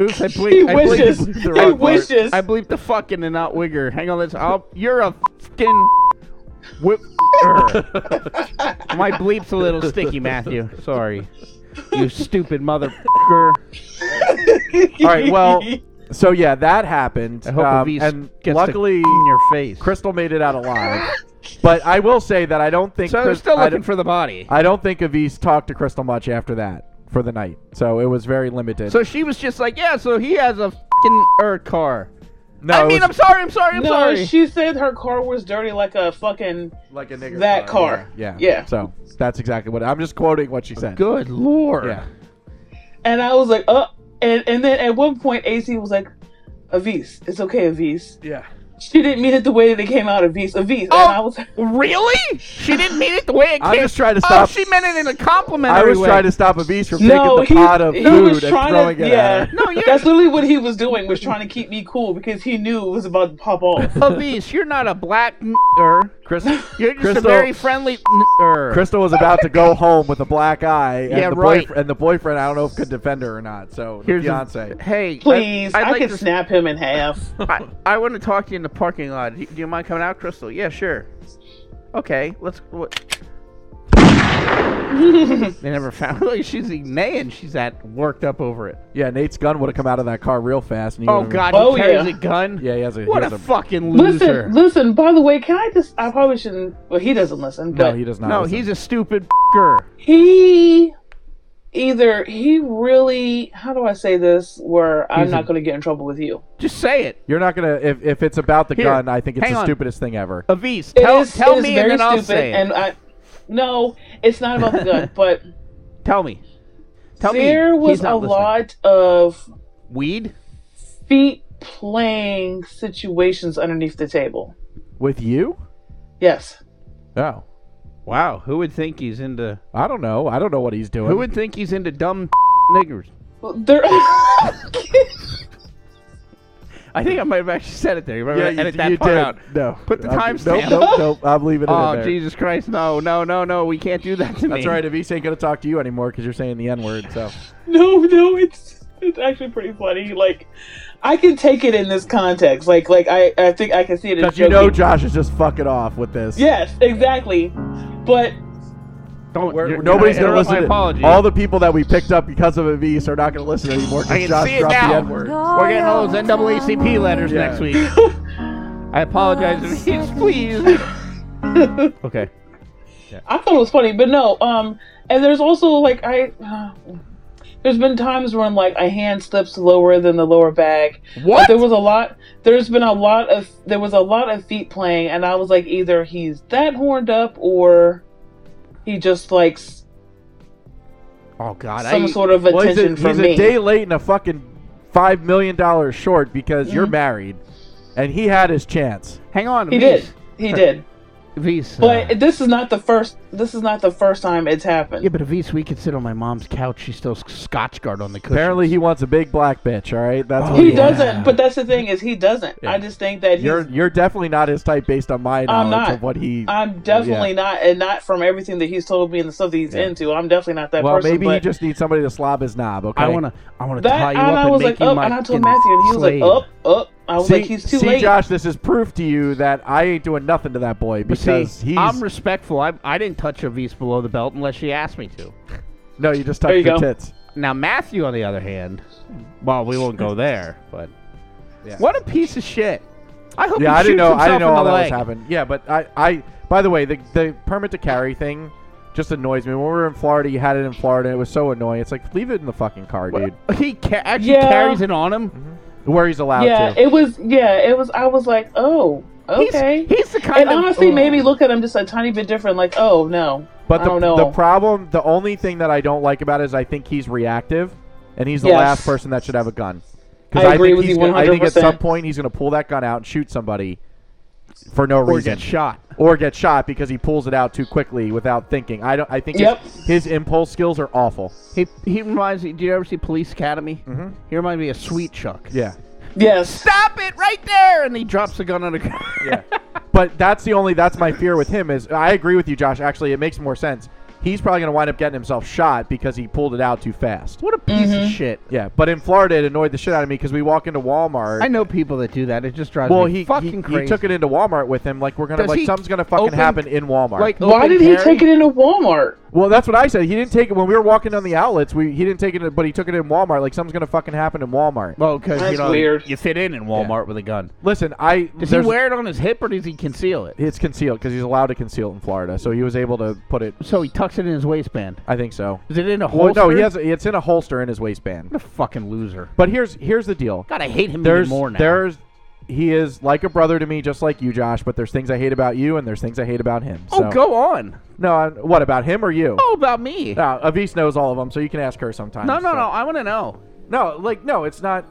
H: Oops, I bleeped.
I: He
H: I bleeped-
I: wishes.
H: bleeped the
I: He
H: wrong part.
I: wishes.
H: I bleeped the fucking and not wigger. Hang on, let's. I'll, you're a fucking whip. My bleep's a little sticky, Matthew. Sorry, you stupid motherfucker.
B: All right. Well, so yeah, that happened.
H: I hope
B: um,
H: Elise
B: and
H: gets
B: luckily,
H: to in your face.
B: Crystal made it out alive. but I will say that I don't think
H: so they're
B: Chris-
H: still
B: I
H: looking
B: don't-
H: for the body.
B: I don't think Avise talked to Crystal much after that for the night. So it was very limited.
H: So she was just like, yeah. So he has a fucking er car.
B: no,
H: I
B: it
H: mean,
B: was
H: I'm sorry. I'm sorry. I'm
I: no,
H: sorry.
I: she said her car was dirty like a fucking.
B: like a nigger
I: that car.
B: Yeah.
I: Yeah.
B: So that's exactly what I'm just quoting what she said.
H: Good lord.
B: Yeah.
I: And I was like, uh. And, and then at one point, AC was like, Avis, it's okay, Avis.
B: Yeah.
I: She didn't mean it the way that it came out, Avis. Avis.
H: Oh!
I: And I was like,
H: Really? She didn't mean it the way it
B: I'm
H: came.
B: just trying to
H: Oh,
B: stop-
H: she meant it in a
B: I
H: complimentary
B: was
H: way.
B: trying to stop Avise from
I: no,
B: taking
I: he,
B: the pot of
I: he
B: food
I: was
B: and
I: trying
B: throwing
I: to.
B: it
I: yeah.
B: at her.
H: No, you're-
I: That's literally what he was doing, was trying to keep me cool because he knew it was about to pop off.
H: Oh, Elise, you're not a black er.
B: Chris,
H: You're just
B: Crystal-
H: a very friendly er.
B: Crystal was about to go home with a black eye, and,
H: Yeah,
B: the,
H: right.
B: boyf- and the boyfriend, I don't know if could defend her or not. So the
H: Here's a-
B: fiance.
H: Hey,
I: Please,
H: I,
I: I,
H: I'd like
I: could
H: to,
I: snap him in half.
H: I, I want to talk to you in the parking lot. Do you, do you mind coming out, Crystal? Yeah, sure. Okay, let's. What? they never found. Like, she's man, she's that worked up over it.
B: yeah, Nate's gun would have come out of that car real fast. And he
H: Oh
B: would've-
H: God,
I: Oh,
H: he carries
I: yeah.
H: a gun.
B: Mm. Yeah, he has a.
H: What
B: he has
H: a fucking loser.
I: Listen, listen. By the way, can I just? I probably shouldn't. Well, he doesn't listen.
B: no,
I: But
B: he does not.
H: no,
B: listen.
H: he's a stupid er.
I: he either he really. How do I say this? Where I'm
B: He's
I: not
B: a-
I: going to get in trouble with you.
H: Just say it.
B: You're not gonna if, if it's about the
H: Here,
B: gun. I think it's
H: hang
B: the
H: on.
B: stupidest thing ever.
H: Avis,
I: It
H: tell,
I: is-
H: tell
I: it is
H: me
I: very
H: and then I'll
I: stupid,
H: say it.
I: And I, no, it's not about the gun. But
H: tell me. Tell
I: there
H: me.
I: was
H: He's
I: a
H: not listening.
I: lot of
H: Weed?
I: feet playing situations underneath the table.
B: With you?
I: Yes.
B: No,
H: Wow, who would think he's into
B: I don't know. I don't know what he's doing.
H: Who would think he's into dumb niggers?
I: Well, There.
H: I think I might have actually said it there. You
B: yeah,
H: remember
B: you,
H: edit that
B: you
H: part
B: did.
H: out.
B: No,
H: Put the
B: I'm-
H: timestamp.
B: Nope, nope, nope. I'm leaving it in
H: Oh
B: there.
H: Jesus Christ! No, no, no, no! We can't do that to me.
B: That's right. Avis ain't gonna talk to you anymore because you're saying the N word. So
I: No, no, it's it's actually pretty funny. Like, I can take it in this context. Like, like I, I think I can see it. as
B: because you know
I: joking.
B: Josh is just fucking off with this.
I: Yes, exactly. But
H: Don't.
B: We're-
H: you're-
B: nobody's
H: you're
B: gonna
H: interrupt
B: listen.
H: My
B: to-
H: apology.
B: All the people that we picked up because of Avis are not gonna listen anymore. 'cause
H: I can
B: Josh
H: see it
B: dropped
H: now.
B: the N word.
H: We're getting all those NAACP letters
B: Yeah.
H: next week. I apologize, Avis. Please. okay.
I: I thought it was funny. But no, um, and there's also like I. Uh, there's been times when like a hand slips lower than the lower bag.
H: What?
I: There was a lot. There's been a lot of there was a lot of feet playing, and I was like, either he's that horned up or he just likes
H: Oh God!
I: some
H: I,
I: sort of
B: Well, he's
I: attention
B: a,
I: from
B: he's
I: me.
B: a day late and a fucking five million dollars short because you're
I: Mm-hmm.
B: married, and he had his chance.
H: hang on.
I: He
H: Avis.
I: did. He did.
H: Avis. uh,
I: But this is not the first. This is not the first time it's happened.
H: Yeah, but Avis, we could sit on my mom's couch. She's still scotch guard on the cushions.
B: Apparently, he wants a big black bitch. All right, that's what
I: Oh, he
B: he wants.
I: doesn't. But that's the thing is he doesn't. I just think that he's.
B: oh, You're you're definitely not his type based on my knowledge
I: I'm not.
B: of what he.
I: I'm definitely not, and not from everything that he's told me and the stuff that he's into. I'm definitely not that
B: well,
I: person.
B: maybe
I: but
B: he just needs somebody to slob his knob. Okay.
H: I wanna, I wanna
I: that.
H: tie you
I: and
H: up
I: I
H: and
I: was
H: make
I: like,
H: you
I: up,
H: my
I: and I
H: fucking
I: told Matthew, and he was
H: slave.
I: like, up, up. I was
B: see,
I: like, Oh, he's too
B: see,
I: late.
B: Josh, this is proof to you that I ain't doing nothing to that boy
H: But
B: because
H: see,
B: he's
H: I'm respectful. I, I didn't touch Avis below the belt unless she asked me to.
B: no, you just
I: There
B: touched
I: you
B: your
I: go.
B: tits.
H: Now Matthew, on the other hand, well, we won't go there, but
B: Yeah.
H: what a piece of shit. I hope
B: yeah,
H: he
B: I didn't
H: shoots
B: know. I
H: himself
B: didn't know
H: in the
B: all that was
H: leg.
B: happening. Yeah, but I, I. By the way, the the permit to carry thing just annoys me. When we were in Florida, you had it in Florida. and It was so annoying. It's like leave it in the fucking car, dude.
H: He ca- actually
I: Yeah.
H: carries it on him.
B: Where he's allowed
I: yeah,
B: to.
I: it was. Yeah, it was. I was like, oh,
H: He's-
I: okay.
H: He's, the kind
I: and
H: of
I: honestly,
H: ugh.
I: maybe look at him just a tiny bit different. Like, oh no,
B: But
I: I
B: the,
I: don't know.
B: the problem, the only thing that I don't like about it is I think he's reactive, and he's the
I: Yes.
B: last person that should have a gun.
I: I
B: I,
I: agree
B: think
I: with
B: he's
I: you
B: gonna- I think at
I: 100%.
B: some point he's going to pull that gun out and shoot somebody for no
H: or
B: reason,
H: get shot.
B: or get shot because he pulls it out too quickly without thinking. I don't. I think
I: Yep.
B: his, his impulse skills are awful.
H: He, he reminds me. Do you ever see Police Academy? Mm-hmm. He reminds me of Sweet Chuck.
B: Yeah.
I: yes,
H: Stop it right there! And he drops the gun on the ground.
B: yeah. But that's the only that's my fear with him is I agree with you, Josh. Actually, it makes more sense. He's probably going to wind up getting himself shot because he pulled it out too fast.
H: What a piece of
I: Mm-hmm.
H: shit!
B: Yeah, but in Florida, it annoyed the shit out of me because we walk into Walmart.
H: I know people that do that. It just drives
B: well,
H: me
B: he,
H: fucking
B: he, he
H: crazy.
B: took it into Walmart with him. Like we're gonna
H: Does
B: like
H: he
B: something's gonna fucking
H: open-
B: happen in Walmart.
H: like,
I: why
H: open
I: did he
H: carry?
I: take it into Walmart?
B: well, that's what I said. He didn't take it when we were walking down the outlets. We he didn't take it, but he took it in Walmart. Like something's gonna fucking happen in Walmart.
H: Well, because you
I: That's
H: know
I: weird.
H: you fit in in Walmart with a gun.
B: Listen, I
H: Does
B: there's-
H: he wear it on his hip or does he conceal it?
B: It's concealed because he's allowed to conceal it in Florida, so he was able to put it.
H: So he tucks it in his waistband.
B: I think so.
H: Is it in a
B: Well,
H: holster?
B: no, he has. It's in a holster in his waistband.
H: What a fucking loser.
B: But here's here's the deal.
H: God, I hate him
B: There's
H: even more now.
B: there's he is like a brother to me, just like you, Josh. But there's things I hate about you, and there's things I hate about him.
H: oh,
B: So-
H: go on.
B: No, I, what about him or you?
H: Oh, about me.
B: No, Avis knows all of them, so you can ask her sometime.
H: no, no, no. I want to know.
B: no. Like no, it's not.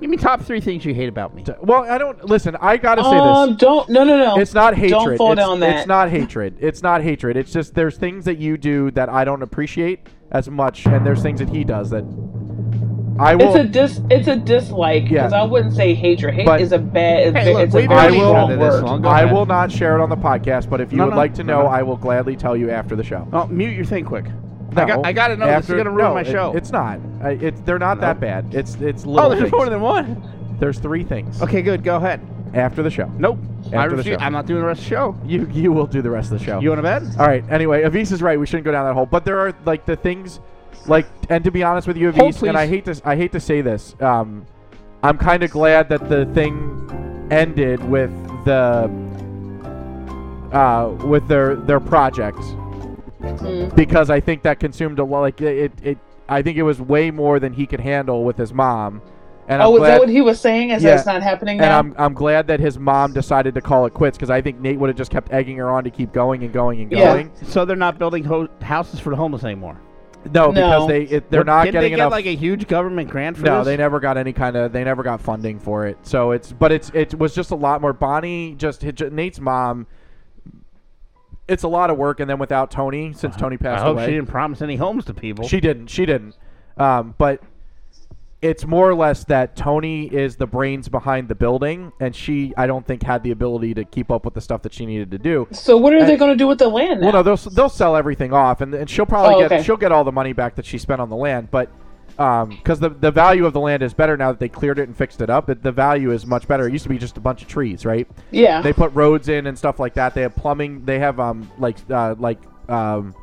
H: Give me top three things you hate about me.
B: Well, I don't listen. I gotta say this.
I: Um, don't no no no.
B: It's not hatred.
I: Don't fall
B: it's,
I: down that.
B: It's not hatred. It's not hatred. It's just there's things that you do that I don't appreciate as much, and there's things that he does that I
I: It's
B: will.
I: a dis. It's a dislike because
B: Yeah.
I: I wouldn't say hatred. Hate
B: But-
I: is a bad. It's,
H: Hey, look,
I: it's a
H: we've
B: I
I: very
H: already
B: will.
I: wrong
H: done this
I: word.
H: long. Go
B: I
H: ahead.
B: will not share it on the podcast, but if you
H: No,
B: would
H: no,
B: like to
H: no,
B: know,
H: no.
B: I will gladly tell you after the show.
H: Oh, mute your thing quick.
B: No,
H: I got, I got to know. this
B: after-
H: is going to ruin
B: no,
H: my
B: it-
H: show.
B: it's not. I, it's they're not that bad. It's it's little
H: oh, there's
B: things.
H: more than one.
B: There's three things.
H: Okay, good. Go ahead.
B: After the show,
H: Nope. I
B: After the
H: refuse.
B: show.
H: I'm not doing the rest of the show.
B: you you will do the rest of the show.
H: You want to bet?
B: All right. Anyway, Avis is right. We shouldn't go down that hole. But there are like the things, like, and to be honest with you, Avis,
H: Hold,
B: and I
H: please.
B: hate to I hate to say this. Um, I'm kind of glad that the thing ended with the uh, with their their project
I: Mm-hmm.
B: because I think that consumed a lot. Like it, it, I think it was way more than he could handle with his mom. And I'm
I: Oh, is
B: glad,
I: that what he was saying? Is
B: Yeah.
I: that it's not happening
B: and
I: now?
B: I'm, I'm glad that his mom decided to call it quits because I think Nate would have just kept egging her on to keep going and going and
I: Yeah.
B: going.
H: So they're not building ho- houses for the homeless anymore.
B: No, because
I: No.
B: they it, they're
H: What-
B: not
H: Didn't
B: getting
H: they
B: enough.
H: get like a huge government grant for
B: no,
H: this?
B: they never got any kind of they never got funding for it. So it's but it's it was just a lot more. Bonnie just hit Nate's mom. It's a lot of work, and then without Tony, since Tony
H: Uh-huh. I
B: passed
H: hope
B: away,
H: she didn't promise any homes to people.
B: She didn't. She didn't. Um, but it's more or less that Tony is the brains behind the building, and she, I don't think, had the ability to keep up with the stuff that she needed to do.
I: so what are they going to do with the land now?
B: Well, no, they'll they'll sell everything off, and, and she'll probably
I: Oh,
B: get
I: okay.
B: she'll get all the money back that she spent on the land, but. Because the, the value of the land is better now that they cleared it and fixed it up. It, the value is much better. It used to be just a bunch of trees, right?
I: yeah.
B: They put roads in and stuff like that. They have plumbing. They have um like uh, like um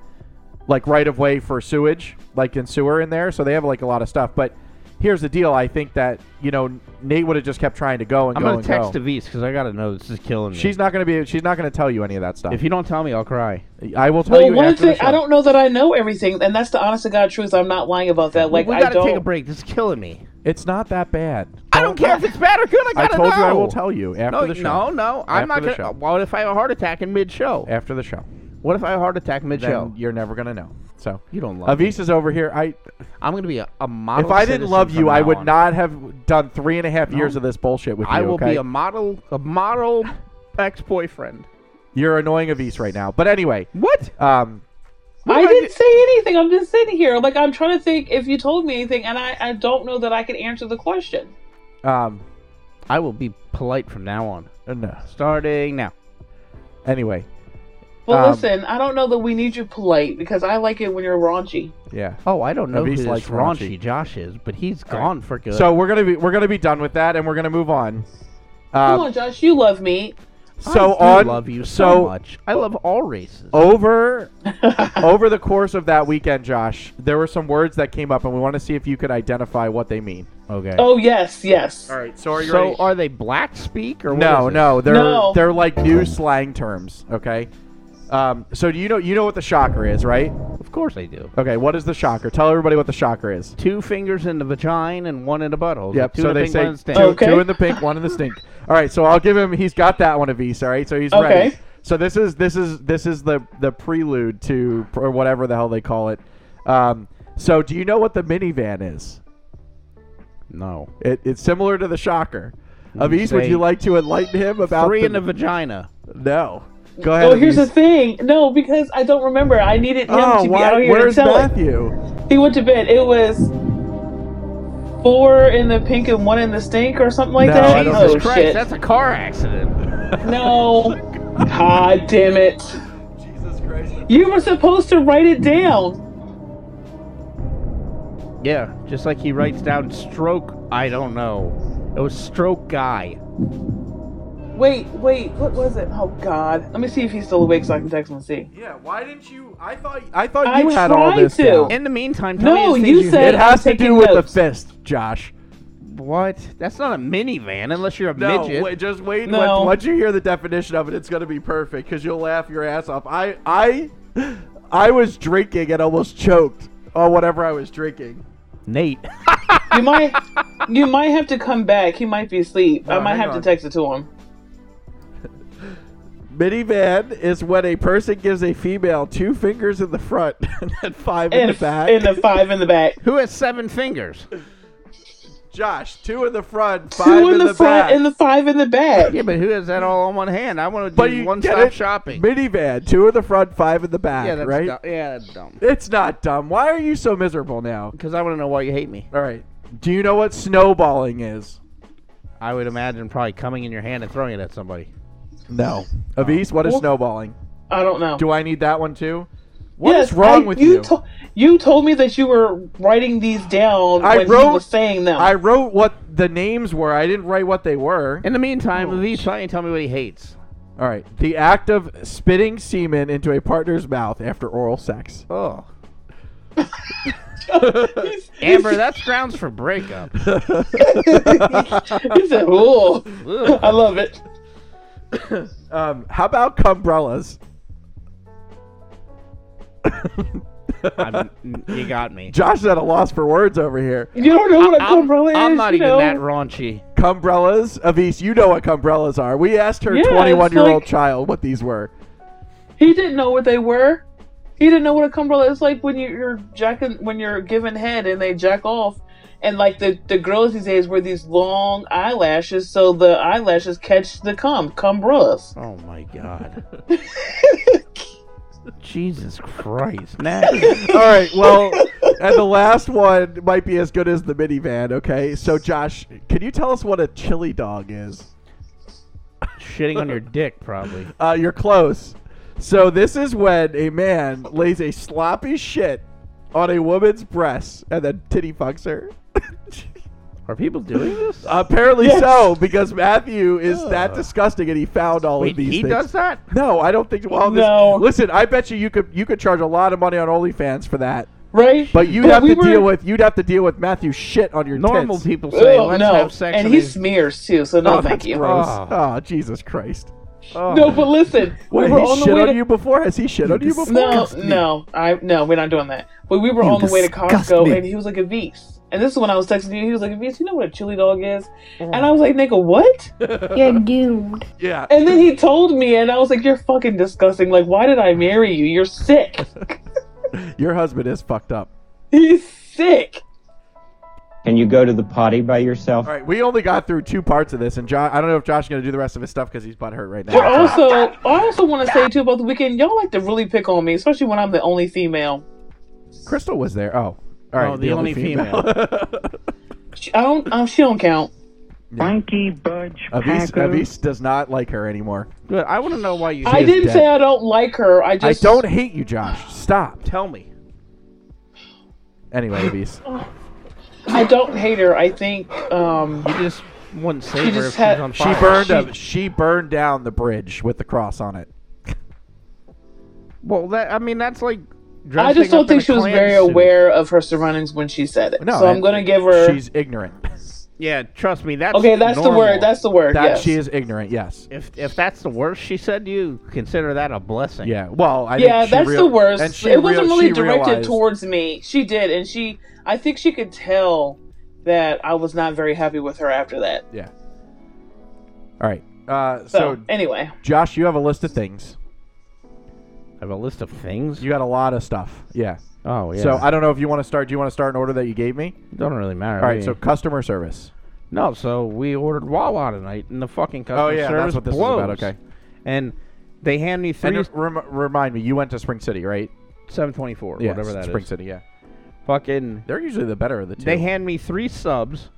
B: like right of way for sewage, like in sewer in there. So they have like a lot of stuff. But here's the deal. I think that you know Nate would have just kept trying to go and
H: I'm
B: go
H: gonna
B: and
H: text
B: go.
H: Avise because I gotta know this is killing me.
B: She's not gonna be. She's not gonna tell you any of that stuff.
H: if you don't tell me, I'll cry.
B: I will tell
I: well,
B: you
I: one
B: after
I: thing
B: the show.
I: I don't know that I know everything, and that's the honest to god truth. I'm not lying about that. Like
H: we
I: I
H: gotta
I: don't.
H: take a break. This is killing me.
B: It's not that bad.
H: I don't care if it's bad or good. I
B: I
H: gotta
B: told
H: know.
B: you I will tell you after
H: No,
B: the show.
H: no, no.
B: After
H: I'm not
B: the
H: gonna.
B: show.
H: What if I have a heart attack in mid-show?
B: After the show,
H: What if I have a heart attack
B: then
H: mid-show?
B: you're never gonna know. So
H: You don't love me.
B: Avis is over here. I
H: I'm gonna be a, a model.
B: if I didn't
H: citizen
B: love
H: from
B: you, I
H: now
B: would
H: on.
B: not have done three and a half years of this bullshit with you.
H: I will
B: okay?
H: be a model, a model ex-boyfriend.
B: You're annoying Avis right now. But anyway,
H: What?
B: um,
I: I
H: What did I
I: didn't say anything. I'm just sitting here. Like I'm trying to think if you told me anything, and I, I don't know that I can answer the question.
B: um,
H: I will be polite from now on.
B: uh, no.
H: Starting now.
B: Anyway,
I: But
B: Um,
I: listen, I don't know that we need you polite because I like it when you're raunchy.
B: yeah.
H: Oh, I don't know who
B: Avise
H: this
B: likes
H: raunchy
B: raunchy.
H: Josh is, but he's gone for good.
B: So we're gonna be we're gonna be done with that, and we're gonna move on.
I: Come
B: Um,
I: on, Josh, you love me.
B: So
H: I
B: on
H: do love you so,
B: so Oh.
H: much. I love all races.
B: over over the course of that weekend, Josh, there were some words that came up, and we want to see if you could identify what they mean.
H: Okay.
I: Oh yes, yes.
B: All right. So are you
H: so
B: ready?
H: are they black speak or what
B: no,
H: is it?
B: no, they're
I: No.
B: they're like new slang terms. Okay. Um, so do you know you know what the shocker is, right?
H: Of course they do.
B: Okay. What is the shocker? Tell everybody what the shocker is.
H: Two fingers in the vagina and one in the butthole.
B: Yep.
H: Two
B: so
H: in the
B: they
H: pink,
B: say
H: one in the stink.
B: two,
I: Okay.
B: two in the pink, one in the stink. All right. So I'll give him. He's got that one of each. All right. So he's ready.
I: Okay.
B: So this is this is this is the the prelude to or whatever the hell they call it. Um, so do you know what the minivan is?
H: No.
B: It, it's similar to the shocker. Avish, would
H: say
B: you like to enlighten him about
H: Three in the
B: the
H: vagina.
B: no? Go ahead.
I: Oh, here's the
B: Avish.
I: thing. No, because I don't remember. I needed him
B: Oh,
I: to be out
B: why,
I: here to
B: where's
I: tell it.
B: Matthew?
I: He went to bed. It was four in the pink and one in the stink or something like
B: No,
I: that.
B: I don't
I: oh
B: think-
H: Christ,
I: shit!
H: that's a car accident.
I: No. God damn it!
B: Jesus Christ!
I: You were supposed to write it down.
H: yeah, just like he writes down stroke. I don't know. It was stroke guy.
I: Wait, wait. What was it? Oh God. Let me see if he's still awake so I can text him and see.
B: Yeah, why didn't you? I thought I thought
I: I
B: you had all
I: tried
B: this.
I: to.
B: down.
H: In the meantime, tell
I: No,
H: me the
I: you
H: things
I: said-
B: It
I: I'm
B: has to do
I: taking
B: with
I: notes.
B: the fist, Josh.
H: what? That's not a minivan unless you're a
B: No,
H: midget.
B: wait, just wait.
I: No.
B: Once, once you hear the definition of it, it's gonna be perfect because you'll laugh your ass off. I, I, I was drinking and almost choked on whatever I was drinking.
H: Nate.
I: You might, you might have to come back. He might be asleep. I
B: No,
I: might
B: hang
I: have
B: on.
I: to text it to him.
B: Minivan is when a person gives a female two fingers in the front and then five in
I: And
B: the back.
I: And the five in the back.
H: Who has seven fingers?
B: Josh, two in the front, five
I: Two in,
B: in,
I: the, front
B: back.
I: and the five in the back.
H: Yeah, but who has that all on one hand? I want to
B: But
H: do
B: you
H: one
B: get
H: stop
B: it?
H: shopping.
B: Minivan, two in the front, five in the back.
H: yeah, that's
B: right?
H: dumb. Yeah, that's dumb.
B: It's not dumb. Why are you so miserable now?
H: Because I want to know why you hate me.
B: All right. Do you know what snowballing is?
H: I would imagine probably coming in your hand and throwing it at somebody.
B: No. Avis, what is
I: Well-
B: snowballing?
I: I don't know.
B: Do I need that one too? What is
I: Yes,
B: wrong
I: I-
B: with you?
I: to- you told me that you were writing these down
B: I
I: when he
B: wrote-
I: was saying them.
B: I wrote what the names were. I didn't write what they were.
H: In the meantime, oh, Lee's trying to tell me what he hates.
B: All right. The act of spitting semen into a partner's mouth after oral sex.
H: Oh.
I: He's-
H: Amber, that's grounds for breakup.
I: he said, "Ooh, I love it."
B: Um, how about cumbrellas?
H: I'm, you got me.
B: Josh is at a loss for words over here.
I: You don't know what a
H: I'm,
I: cumbrella is.
H: I'm not
I: you
H: even
I: know?
H: that raunchy.
B: Cumbrellas, Avis, you know what cumbrellas are. We asked her
I: Yeah, it's
B: 21 year old
I: like-
B: child what these were.
I: He didn't know what they were. He didn't know what a cumbrella is. It's like when you- you're jacking, when you're giving head and they jack off, and like the the girls these days wear these long eyelashes, so the eyelashes catch the cum. Cumbrellas.
H: Oh my god. Jesus Christ. Nat.
B: All right, well, and the last one might be as good as the minivan, okay? So, Josh, can you tell us what a chili dog is?
H: Shitting on your dick, probably.
B: Uh, you're close. So, this is when a man lays a sloppy shit on a woman's breast and then titty fucks her.
H: Are people doing this?
B: Apparently so, because Matthew is that disgusting and he found all
H: Wait,
B: of these
H: he
B: things.
H: does that?
B: No, I don't think. Well, this,
I: No.
B: Listen, I bet you you could you could charge a lot of money on OnlyFans for that,
I: Right.
B: but you'd
I: But
B: have to
I: we
B: deal
I: were-
B: with you'd have to deal with Matthew shit on your
H: Normal
B: tits.
H: people say,
I: Ugh,
H: let's
I: no.
H: have sex.
D: Oh,
H: Oh.
I: and
H: and
I: he
H: they-
I: smears too. So no,
B: Oh,
I: thank
B: that's
I: you.
B: gross.
H: Oh.
B: Oh. Jesus Christ!
H: Oh.
I: No, but listen, we
B: Wait,
I: were
B: he
I: on the
B: shit
I: way
B: on
I: to
B: you before? Has he shit on you before?
I: no, no, I no, we're not doing that. But we were on the way to Costco, and he was like a beast. And this is when I was texting you. He was like, "Beast, you know what a chili dog is?"
B: Mm.
I: And I was like, "Nigga, what?"
A: You're doomed.
B: Yeah.
I: And then he told me, and I was like, "You're fucking disgusting. Like, why did I marry you? You're sick.
B: Your husband is fucked up.
I: He's sick."
J: Can you go to the potty by yourself?
B: All right, we only got through two parts of this, and Josh. I don't know if Josh is gonna do the rest of his stuff because he's butthurt right
I: But
B: now.
I: also, I also want to say too about the weekend. Y'all like to really pick on me, especially when I'm the only female.
B: Crystal was there. Oh, all right.
H: Oh, the only
I: She, I don't. Um, she don't count.
B: Avis, Avis does not like her anymore.
H: Good. I want to know why you.
I: I didn't say I don't like her. I
B: I
I: just
B: don't hate you, Josh. Stop.
H: Tell me.
B: Anyway, Avis.
I: Oh, I don't hate her. I think um,
H: You just wouldn't save her
I: just
H: if
I: had-
H: she's on
B: She
H: fire.
B: burned a, she burned down the bridge with the cross on it.
H: Well, that I mean, that's like.
I: I just
H: dressing
I: don't
H: up in
I: think
H: a
I: she was
H: Klan
I: very
H: suit.
I: aware of her surroundings when she said it.
B: No,
I: so I'm
B: it-
I: gonna give her.
B: She's ignorant.
H: Yeah, trust me. That's
I: Okay, that's the
H: normal.
I: word. That's the word.
B: That
I: yes.
B: she is ignorant. Yes.
H: if if that's the worst she said, you consider that a blessing.
B: Yeah. Well, I
I: yeah,
B: think she
I: that's
B: real-
I: the worst.
B: And she
I: it wasn't
B: real-
I: really
B: she
I: directed
B: realized-
I: towards me. She did, and she. I think she could tell that I was not very happy with her after that.
B: Yeah. All right. Uh,
I: So,
B: so,
I: anyway,
B: Josh, you have a list of things.
H: I have a list of things.
B: You got a lot of stuff. Yeah.
H: oh yeah.
B: So I don't know if you want to start. Do you want to start in order that you gave me?
H: don't really matter.
B: All right.
H: I
B: So
H: mean-
B: customer service.
H: no. So we ordered Wawa tonight, and the fucking
B: Oh,
H: customer
B: yeah, that's
H: service
B: what this is
H: blows.
B: about, okay.
H: And they hand me
B: And
H: three
B: rem- remind me, you went to Spring City, right?
H: seven twenty four,
B: Yeah,
H: whatever that is.
B: Spring City. Yeah.
H: Fucking.
B: They're usually the better of the two.
H: They hand me three subs,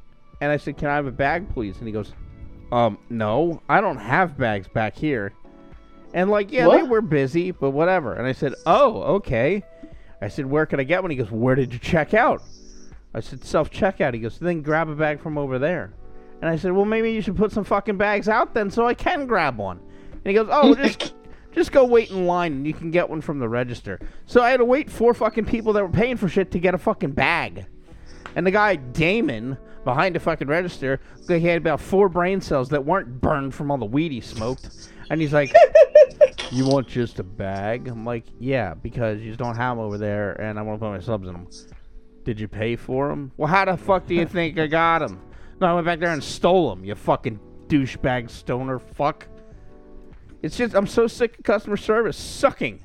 H: and I said, "Can I have a bag, please?" And he goes, "Um, no, I don't have bags back here." And like, yeah, they
I: What?
H: were busy, but whatever. And I said, "Oh, okay." I said, "Where can I get one?" He goes, "Where did you check out?" I said, "Self checkout." He goes, "Then grab a bag from over there." And I said, "Well, maybe you should put some fucking bags out then, so I can grab one." And he goes, "Oh, just." Just go wait in line and you can get one from the register. So I had to wait four fucking people that were paying for shit to get a fucking bag. And the guy Damon behind the fucking register, looked like he had about four brain cells that weren't burned from all the weed he smoked. And he's like, "You want just a bag?" I'm like, "Yeah, because you just don't have 'em over there, and I want to put my subs in them." Did you pay for them? Well, how the fuck do you think I got them? No, I went back there and stole them. You fucking douchebag stoner fuck. It's just I'm so sick of customer service sucking.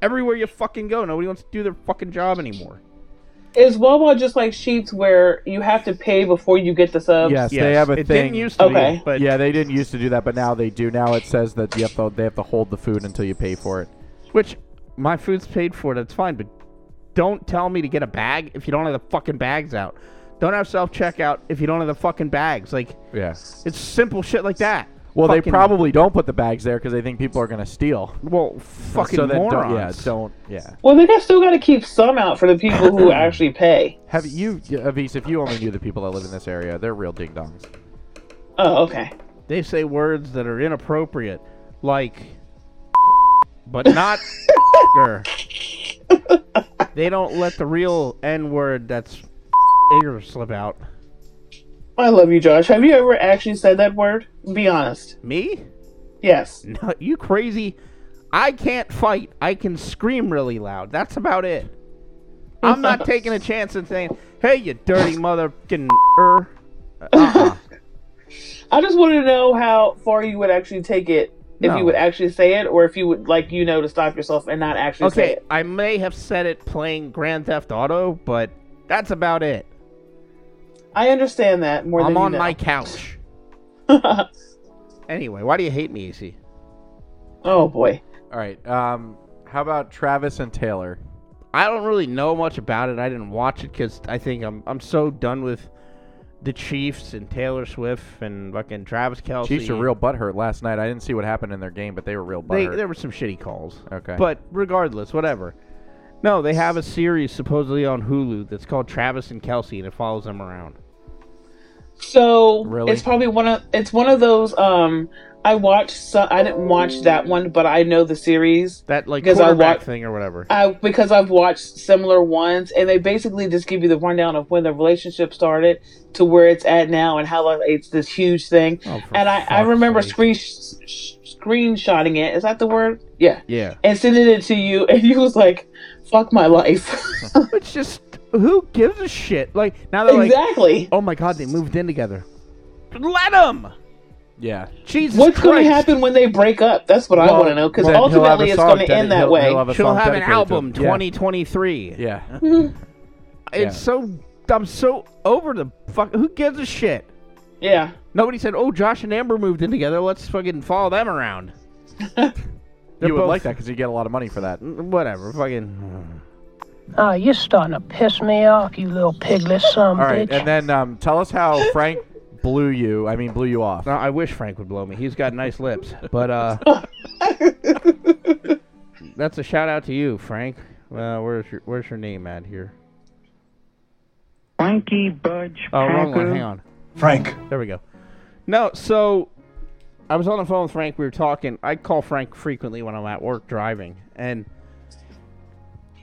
H: Everywhere you fucking go, nobody wants to do their fucking job anymore.
I: is Wawa just like Sheets, where you have to pay before you get the subs?
B: Yes, they have a
H: it
B: thing.
H: didn't used to
I: Okay.
H: be, but
B: yeah, they didn't used to do that, but now they do. Now it says that you have to, they have to hold the food until you pay for it.
H: Which my food's paid for, that's fine, but don't tell me to get a bag if you don't have the fucking bags out. Don't have self checkout if you don't have the fucking bags. Like
B: Yeah.
H: it's simple shit like that.
B: Well, they
H: Fucking-
B: probably don't put the bags there because they think people are going to steal.
H: well fucking
B: so then
H: morons.
B: Don't, yeah, don't. Yeah.
I: Well, they got- still got to keep some out for the people who actually pay.
B: Have you, Avis? If you only knew the people that live in this area, they're real ding dongs.
I: Oh, okay.
H: They say words that are inappropriate, like, but not. er. they don't let the real N word that's igger slip out.
I: I love you, Josh. Have you ever actually said that word? Be honest.
H: Me?
I: Yes.
H: No, you crazy. I can't fight. I can scream really loud. That's about it. I'm not taking a chance and saying, hey, you dirty motherfucking er. Uh-uh.
I: I just want to know how far you would actually take it if
H: No.
I: you would actually say it, or if you would like you know to stop yourself and not actually say
H: Okay,
I: it.
H: I may have said it playing Grand Theft Auto, but that's about it.
I: I understand that more
H: I'm
I: than
H: on
I: you know.
H: my couch. Anyway, why do you hate me, E AC?
I: oh boy.
B: All right. Um, how about Travis and Taylor?
H: I don't really know much about it. I didn't watch it because I think I'm I'm so done with the Chiefs and Taylor Swift and fucking Travis Kelce.
B: Chiefs are real butthurt last night. I didn't see what happened in their game, but they were real
H: E. They,
B: butthurt.
H: there were some shitty calls.
B: Okay.
H: But regardless, whatever. No, they have a series supposedly on Hulu that's called Travis and Kelsey, and it follows them around.
I: So
B: Really?
I: it's probably one of it's one of those. Um, I watched. Some, I didn't watch that one, but I know the series.
H: That like
I: Because I
H: quarterback
I: wa-
H: thing or whatever.
I: I because I've watched similar ones, and they basically just give you the rundown of when the relationship started to where it's at now and how like, it's this huge thing.
H: Oh, for
I: and I, I
H: fuck's
I: remember
H: sake.
I: screen sh- sh- screenshotting it. Is that the word? Yeah.
H: Yeah.
I: And sending it to you, and you was like, "Fuck my life."
H: It's just who gives a shit? Like now they're like,
I: exactly.
H: oh my god, they moved in together. Let them.
B: yeah.
H: Jesus
I: What's going
H: Christ.
I: to happen when they break up? That's what I
B: Well,
I: want to know because
B: then he'll have
I: ultimately
B: a
I: it's
B: song
I: going to
B: dedi-
I: end that
B: he'll-
I: way.
B: he'll have a
H: She'll
B: song
H: have an
B: dedicated to
H: album
B: him. Yeah.
H: 2023.
B: Yeah.
H: It's
B: Yeah.
H: so I'm so over the fuck. Who gives a shit?
I: yeah.
H: Nobody said, "Oh, Josh and Amber moved in together. Let's fucking follow them around." They're
B: You would
H: both- Mm-hmm.
B: like that because you get a lot of money for that.
H: Whatever, fucking.
A: Oh, you're starting to piss me off, you little piglet son of a
B: All right,
A: bitch.
B: and then um, tell us how Frank blew you. I mean, blew you off.
H: No, I wish Frank would blow me. He's got nice lips, but uh, that's a shout out to you, Frank. Well, where's your where's your name at here?
J: Frankie Budge
H: Oh, wrong one. Hang on.
D: Frank.
H: There we go. No, so I was on the phone with Frank. We were talking. I call Frank frequently when I'm at work driving, and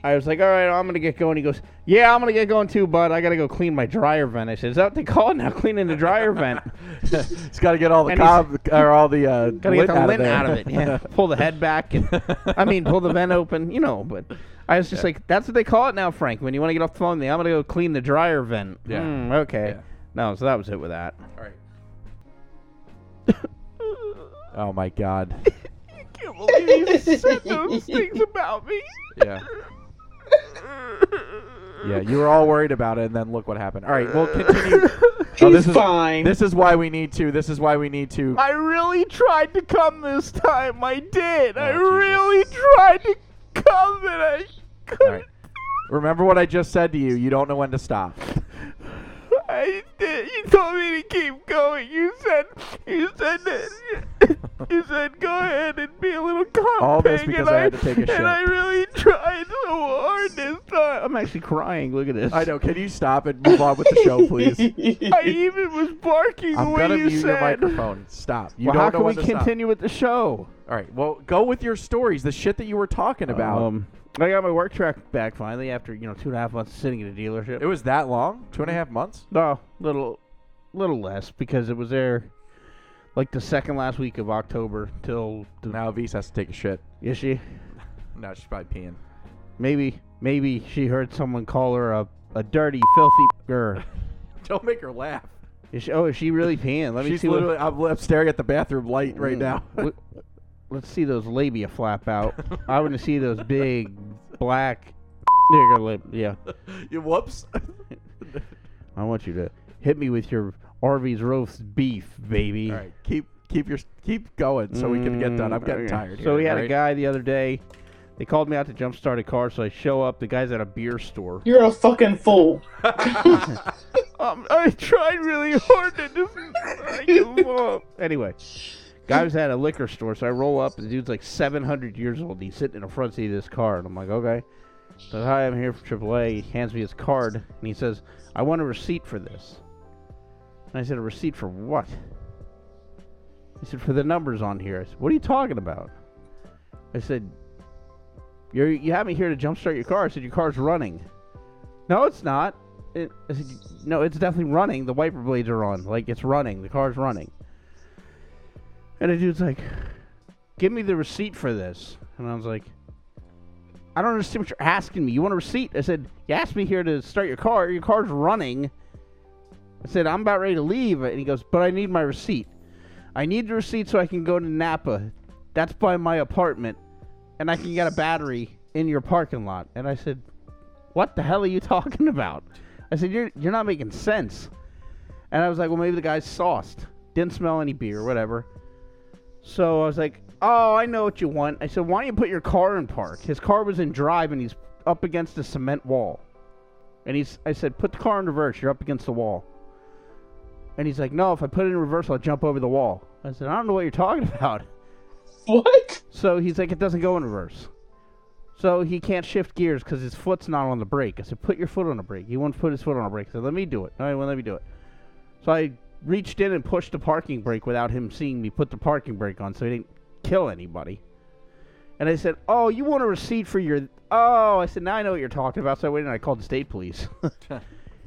H: I was like, "All right, I'm gonna get going." He goes, "Yeah, I'm gonna get going too, bud. I gotta go clean my dryer vent." I said, "Is that what they call it now? Cleaning the dryer vent?
B: it's gotta get all the
H: And he's-
B: cob or all the uh,
H: gotta
B: lint
H: get the
B: out,
H: lint
B: of there.
H: out of it. Yeah, pull the head back. And, I mean, pull the vent open. You know, but." I was just like, "That's what they call it now, Frank. When you want to get off the phone, they, I'm gonna go clean the dryer vent."
B: Yeah.
H: Hmm, okay. No, so that was it with that.
B: All right. oh my god.
H: can't believe you said those things about me.
B: Yeah. Yeah, you were all worried about it, and then look what happened. All right, well, continue. oh, this is
I: fine.
B: This is why we need to. This is why we need to.
H: I really tried to come this time. I did. I
B: Oh, Jesus.
H: really tried to come, and I
B: All right. Remember what I just said to you. You don't know when to stop.
H: I did. You told me to keep going. You said, you said that. You said, go ahead and be a little calm.
B: All this
H: pig,"
B: because
H: and
B: I had to take a
H: and
B: shit.
H: I really tried so hard this time. I'm actually crying. Look at this.
B: I know. Can you stop and move on with the show, please?
H: I even was barking
B: I'm
H: when
B: gonna
H: you
B: mute your
H: said.
B: microphone. Stop. You
H: well,
B: don't
H: how
B: know
H: can we
B: when to stop.
H: continue with the show?
B: All right. Well, go with your stories. The shit that you were talking about.
H: Um, I got my work truck back finally after you know two and a half months sitting at a dealership.
B: it was that long. Two and a half months.
H: No, little, little less because it was there, like the second last week of October till the,
B: Now Elise has to take a shit.
H: Is she?
B: No, she's probably peeing.
H: Maybe, maybe she heard someone call her a, a dirty, filthy girl.
B: Don't make her laugh.
H: Is she, oh, is she really peeing? Let me
B: she's
H: see. what- Mm.
B: literally. I'm, I'm staring at the bathroom light right now.
H: Let- Let's see those labia flap out. I want to see those big black nigger lip. Yeah,
B: you whoops.
H: I want you to hit me with your Arby's roast beef, baby.
B: All right. Keep keep your keep going so we can get done. I'm
H: Mm,
B: getting
H: okay.
B: tired.
H: So
B: here,
H: we had a
B: right?
H: guy the other day. They called me out to jumpstart a car, so I show up. The guy's at a beer store.
I: You're a fucking fool.
H: Um, I tried really hard to just I give up. Anyway, guy was at a liquor store, so I roll up. The dude's like 700 years old. and He's sitting in the front seat of this car, and I'm like, okay. So hi, I'm here for AAA. He hands me his card, and he says, I want a receipt for this. And I said, a receipt for what? He said, for the numbers on here. I said, what are you talking about? I said, You're, you have me here to jumpstart your car. I said, your car's running. No, it's not. It, I said, no, it's definitely running. The wiper blades are on. Like, it's running. The car's running. And the dude's like, give me the receipt for this. And I was like, I don't understand what you're asking me. You want a receipt? I said, you asked me here to start your car. Your car's running. I said, I'm about ready to leave. And he goes, but I need my receipt. I need the receipt so I can go to Napa. That's by my apartment. And I can get a battery in your parking lot. And I said, what the hell are you talking about? I said, you're, you're not making sense. And I was like, well, maybe the guy's sauced. Didn't smell any beer, whatever. So I was like, oh, I know what you want. I said, why don't you put your car in park? His car was in drive and he's up against a cement wall. And he's, I said, put the car in reverse. You're up against the wall. And he's like, no, if I put it in reverse, I'll jump over the wall. I said, I don't know what you're talking about.
I: What?
H: So he's like, it doesn't go in reverse. So he can't shift gears because his foot's not on the brake. I said, put your foot on the brake. He won't put his foot on the brake. I said, let me do it. No, he won't let me do it. So I reached in and pushed the parking brake without him seeing me put the parking brake on so he didn't kill anybody. And I said, oh, you want a receipt for your. Oh, I said, now I know what you're talking about. So I went and I called the state police.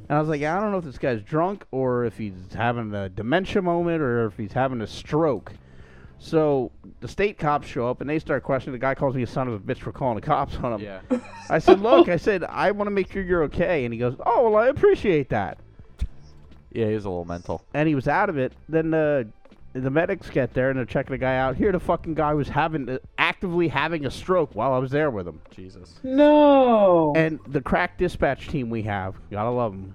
H: And I was like, I don't know if this guy's drunk or if he's having a dementia moment or if he's having a stroke. So the state cops show up and they start questioning. The guy calls me a son of a bitch for calling the cops on him.
B: Yeah.
H: I said, Look, I said, I want to make sure you're okay. And he goes, Oh, well, I appreciate that.
B: Yeah, he's a little mental.
H: And he was out of it. Then the, the medics get there and they're checking the guy out. Here, the fucking guy was having uh, actively having a stroke while I was there with him.
B: Jesus.
I: No.
H: And the crack dispatch team we have, gotta love them.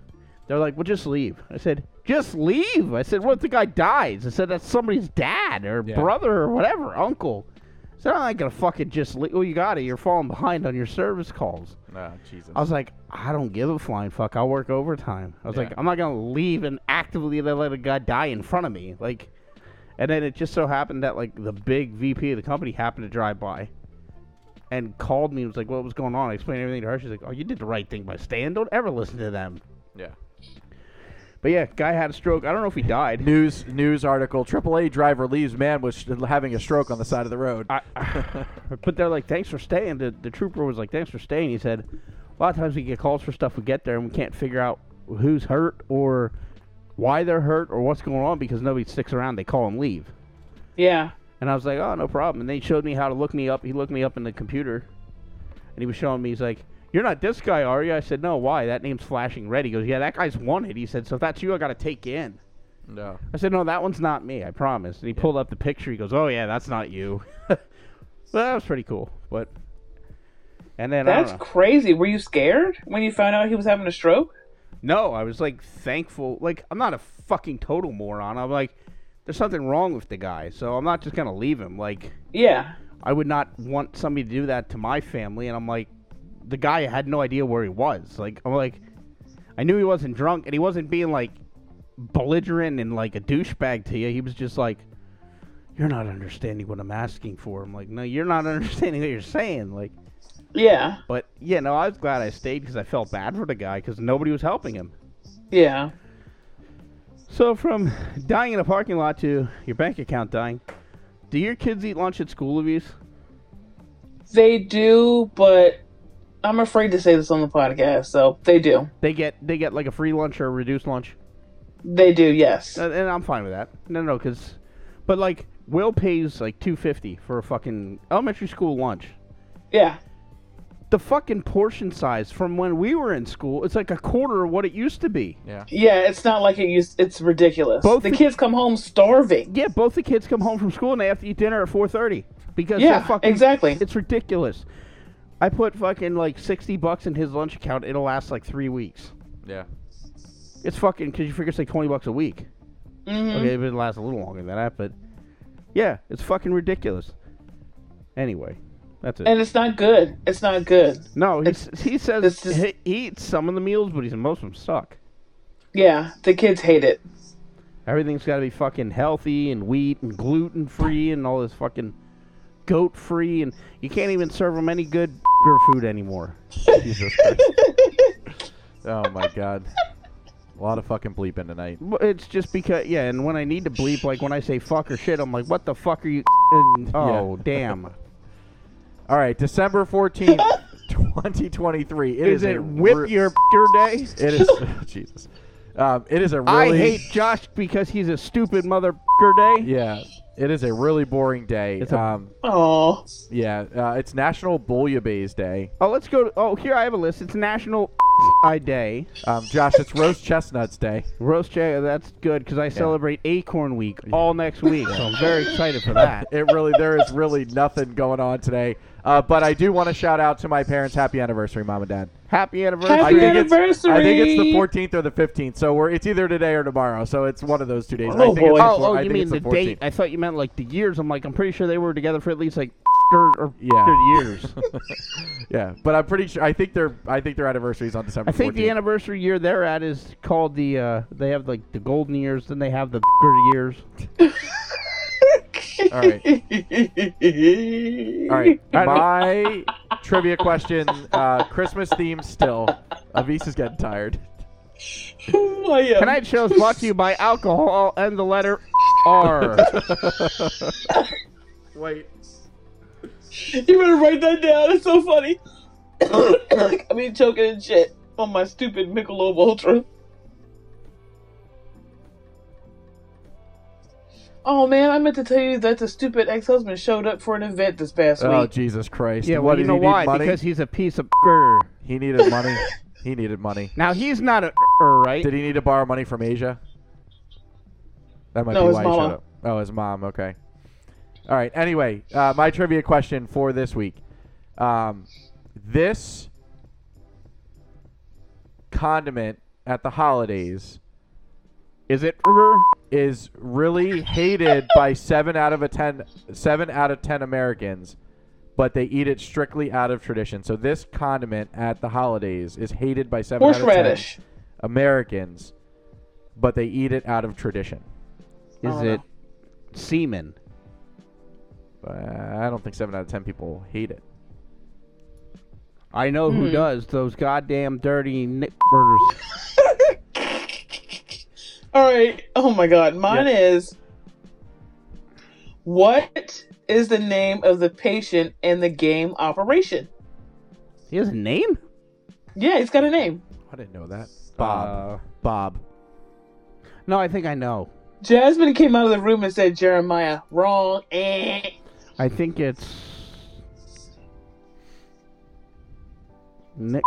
H: They're like, well, just leave. I said, just leave. I said, what if the guy dies? I said, that's somebody's dad or
B: Yeah.
H: brother or whatever, uncle. I said, I'm not gonna fucking just leave. Well, you got it. You're falling behind on your service calls.
B: No, Jesus.
H: I was like, I don't give a flying fuck. I'll work overtime. I was
B: Yeah.
H: like, I'm not gonna leave and actively then let a guy die in front of me. Like, and then it just so happened that like the big VP of the company happened to drive by, and called me. and Was like, what was going on? I explained everything to her. She's like, Oh, you did the right thing by staying. Don't ever listen to them.
B: Yeah.
H: But yeah, guy had a stroke. I don't know if he died.
B: News news article: AAA driver leaves man was having a stroke on the side of the road.
H: but they're like, thanks for staying. The, the trooper was like, thanks for staying. He said, a lot of times we get calls for stuff. We get there and we can't figure out who's hurt or why they're hurt or what's going on because nobody sticks around. They call and leave.
I: Yeah.
H: And I was like, oh, no problem. And they showed me how to look me up. He looked me up in the computer. And he was showing me, he's like, you're not this guy, are you? I said, no, why? That name's flashing red. He goes, yeah, that guy's wanted. He said, so if that's you, I got to take you in.
B: No.
H: I said, no, that one's not me. I promise. And he pulled up the picture. He goes, oh, yeah, that's not you. well, that was pretty cool. But, and then I
I: That's
H: don't know.
I: crazy. Were you scared when you found out he was having a stroke?
H: No, I was like thankful. Like I'm not a fucking total moron. I'm like, there's something wrong with the guy, so I'm not just gonna leave him. Like,
I: yeah,
H: I would not want somebody to do that to my family. And I'm like, the guy had no idea where he was. Like, I'm like, I knew he wasn't drunk, and he wasn't being like belligerent and like a douchebag to you. He was just like, you're not understanding what I'm asking for. I'm like, no, you're not understanding what you're saying. Like,
I: Yeah.
H: but yeah, no, I was glad I stayed because I felt bad for the guy because nobody was helping him.
I: Yeah.
H: So from dying in a parking lot to your bank account dying, do your kids eat lunch at school, Louise?
I: They do, but I'm afraid to say this on the podcast, so they do.
H: They get they get like a free lunch or a reduced lunch.
I: They do, yes.
H: Uh, And, and I'm fine with that. No, no, because, but like Will pays like two fifty for a fucking elementary school lunch.
I: Yeah.
H: The fucking portion size from when we were in school, it's like a quarter of what it used to be.
B: Yeah.
I: Yeah, it's not like it used it's ridiculous.
H: Both
I: the kids come home starving.
H: Yeah, both the kids come home from school and they have to eat dinner at four thirty because
I: Yeah,
H: they're fucking,
I: exactly.
H: It's ridiculous. I put fucking like sixty bucks in his lunch account. It'll last like three weeks.
B: Yeah.
H: It's fucking because you figure it's like twenty bucks a week.
I: Mhm.
H: Okay, but it lasts a little longer than that. But yeah, it's fucking ridiculous. Anyway, that's it.
I: And it's not good. It's not good.
H: no, he s- he says he he eats some of the meals, but he's most of them suck.
I: Yeah, the kids hate it.
H: Everything's got to be fucking healthy and wheat and gluten free and all this fucking goat free and you can't even serve them any good food anymore. Jesus Christ.
B: Oh my god. A lot of fucking bleeping tonight.
H: But It's just because yeah, and when I need to bleep, like when I say fuck or shit, I'm like, what the fuck are you? Oh
B: Yeah.
H: damn.
B: All right, December 14th, 2023. It
H: Is
B: is,
H: it
B: a
H: whip
B: re-
H: your your day?
B: It is Jesus. Um, it is a really
H: I hate Josh because he's a stupid mother day.
B: Yeah. It is a really boring day.
H: a-
B: um,
I: Oh.
B: yeah, uh, it's National Bouillabaisse Day.
H: Oh, let's go. To, oh, here I have a list. It's National I Day.
B: Um, Josh, it's Roast Chestnuts Day.
H: Roast Jay, that's good because I celebrate Acorn Week all next week, so I'm very excited for that.
B: It really there is really nothing going on today. Uh, but I do want to shout out to my parents. Happy anniversary, mom and dad.
H: Happy anniversary!
B: I think it's-
I: anniversary!
B: I think it's the 14th or the 15th. So we're it's either today or tomorrow. So it's one of those two days. I think It's the
H: Oh,
B: four-
H: oh,
B: I
H: you
B: think
H: mean
B: it's
H: the, date?
B: 14th.
H: I thought you meant like the years. I'm like, I'm pretty sure they were together for at least like or, or
B: Yeah.
H: years.
B: Yeah, but I'm pretty sure. I think their I think their anniversary is on December.
H: I think
B: 14th.
H: the anniversary year they're at is called the. uh They have like the golden years, then they have the er years.
B: All right. All right. My trivia question: uh, Christmas theme still. Avisa's getting tired.
I: Oh,
H: Tonight's show is brought to you by alcohol and the letter R.
B: Wait.
I: You better write that down. It's so funny. I mean, choking and shit on my stupid Michelob Ultra. Oh man, I meant to tell you that the stupid ex-husband showed up for an event this past
B: Oh
I: week.
B: Jesus Christ!
H: Yeah,
B: what
H: well,
B: did
H: you know
B: he need
H: why?
B: money?
H: Because he's a piece of. grr.
B: he needed money. He needed money.
H: Now he's not a grr, right?
B: Did he need to borrow money from Asia? That might
I: No,
B: be
I: his
B: why he
I: mama.
B: showed up. Oh, his mom. Okay. All right. Anyway, uh, my trivia question for this week: um, This condiment at the holidays
H: Is it er? grr?
B: is really hated by seven out of a ten, seven out of ten Americans, but they eat it strictly out of tradition. So this condiment at the holidays is hated by seven out of
I: Horseradish.
B: ten Americans, but they eat it out of tradition.
H: Is
I: don't
H: it semen?
B: But Uh, I don't think seven out of ten people hate it.
H: I
B: Hmm.
H: know who does those goddamn dirty nippers.
I: All right. Oh my God. Mine is what is the name of the patient in the game operation?
H: He has a name?
I: Yeah, he's got a name.
B: I didn't know that. Bob. Bob.
H: No, I think I know.
I: Jasmine came out of the room and said, Jeremiah, wrong. Eh.
H: I think it's Nick.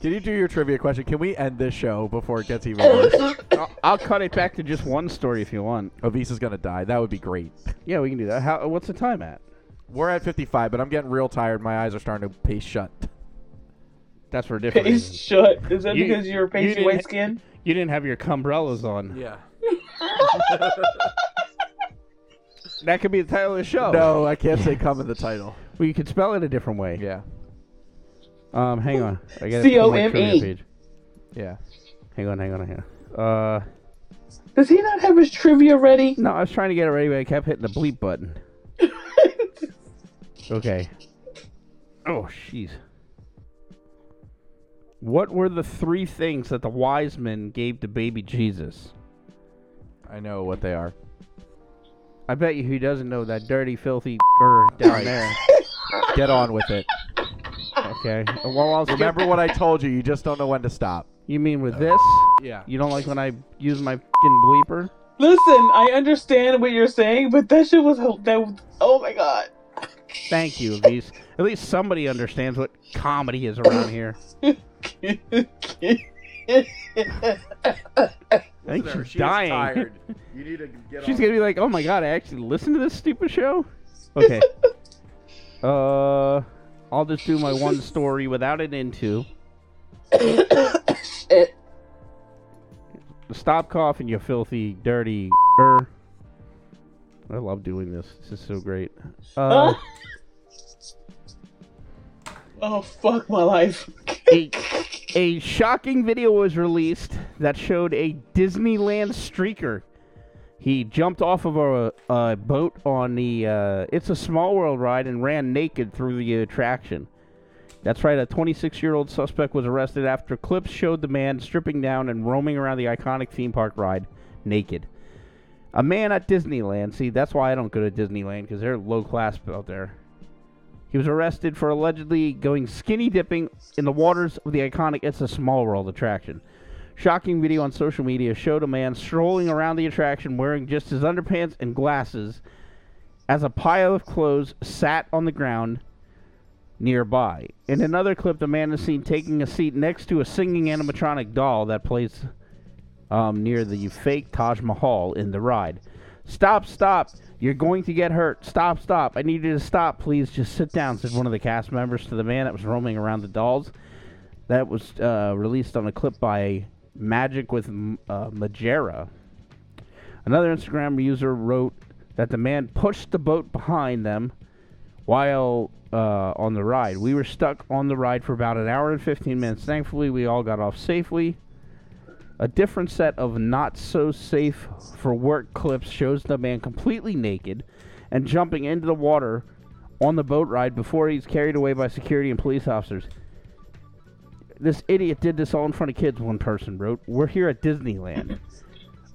B: Can you do your trivia question? Can we end this show before it gets even worse?
H: I'll, I'll cut it back to just one story if you want.
B: Avisa's gonna die. That would be great.
H: Yeah, we can do that. How, what's the time at?
B: We're at 55, but I'm getting real tired. My eyes are starting to pace shut.
H: That's for a different.
I: Face
H: reason.
I: shut. Is that
H: You-
I: because you're
H: you
I: pasty
H: didn't-
I: white skin?
H: You didn't have your cumbrellas on.
B: Yeah.
H: That could be the title of the show.
B: No, I can't say come in the title.
H: Well, you could spell it a different way.
B: Yeah.
H: Um, hang on. I gotta
I: C O
H: pull my
I: M E.
H: trivia page.
B: Yeah.
H: Hang on, hang on, hang on. Uh,
I: Does he not have his trivia ready?
H: no, I was trying to get it ready, but I kept hitting the bleep button. okay. Oh, jeez. What were the three things that the wise men gave to baby Jesus?
B: I know what they are.
H: I bet you he doesn't know that dirty, filthy er down there.
B: Get on with it.
H: Okay. Well, I'll skip-
B: Remember what I told you. You just don't know when to stop.
H: You mean with this?
B: Yeah.
H: You don't like when I use my fing bleeper?
I: Listen, I understand what you're saying, but that shit was that. was- Oh my god.
H: Thank you, Elise. At least somebody understands what comedy is around here. I think she's dying.
B: You need to get
H: She's gonna be like, "Oh my god, I actually listened to this stupid show." Okay. uh, I'll just do my one story without an into.
I: Shit.
H: Stop coughing, you filthy, dirty. er. I love doing this. This is so great. Uh,
I: oh fuck my life.
H: a, a shocking video was released that showed a Disneyland streaker. He jumped off of a, a boat on the uh, It's a Small World ride and ran naked through the attraction. That's right, a 26 year old suspect was arrested after clips showed the man stripping down and roaming around the iconic theme park ride naked. A man at Disneyland, see, that's why I don't go to Disneyland, because they're low class out there. He was arrested for allegedly going skinny dipping in the waters of the iconic It's a Small World attraction. Shocking video on social media showed a man strolling around the attraction wearing just his underpants and glasses as a pile of clothes sat on the ground nearby. In another clip, the man is seen taking a seat next to a singing animatronic doll that plays um, near the fake Taj Mahal in the ride. Stop, stop. You're going to get hurt. Stop, stop. I need you to stop, please. Just sit down, said one of the cast members to the man that was roaming around the dolls. That was uh, released on a clip by Magic with M- uh, Majera. Another Instagram user wrote that the man pushed the boat behind them while uh, on the ride. We were stuck on the ride for about an hour and 15 minutes. Thankfully, we all got off safely. A different set of not so safe for work clips shows the man completely naked and jumping into the water on the boat ride before he's carried away by security and police officers. This idiot did this all in front of kids, one person wrote. We're here at Disneyland.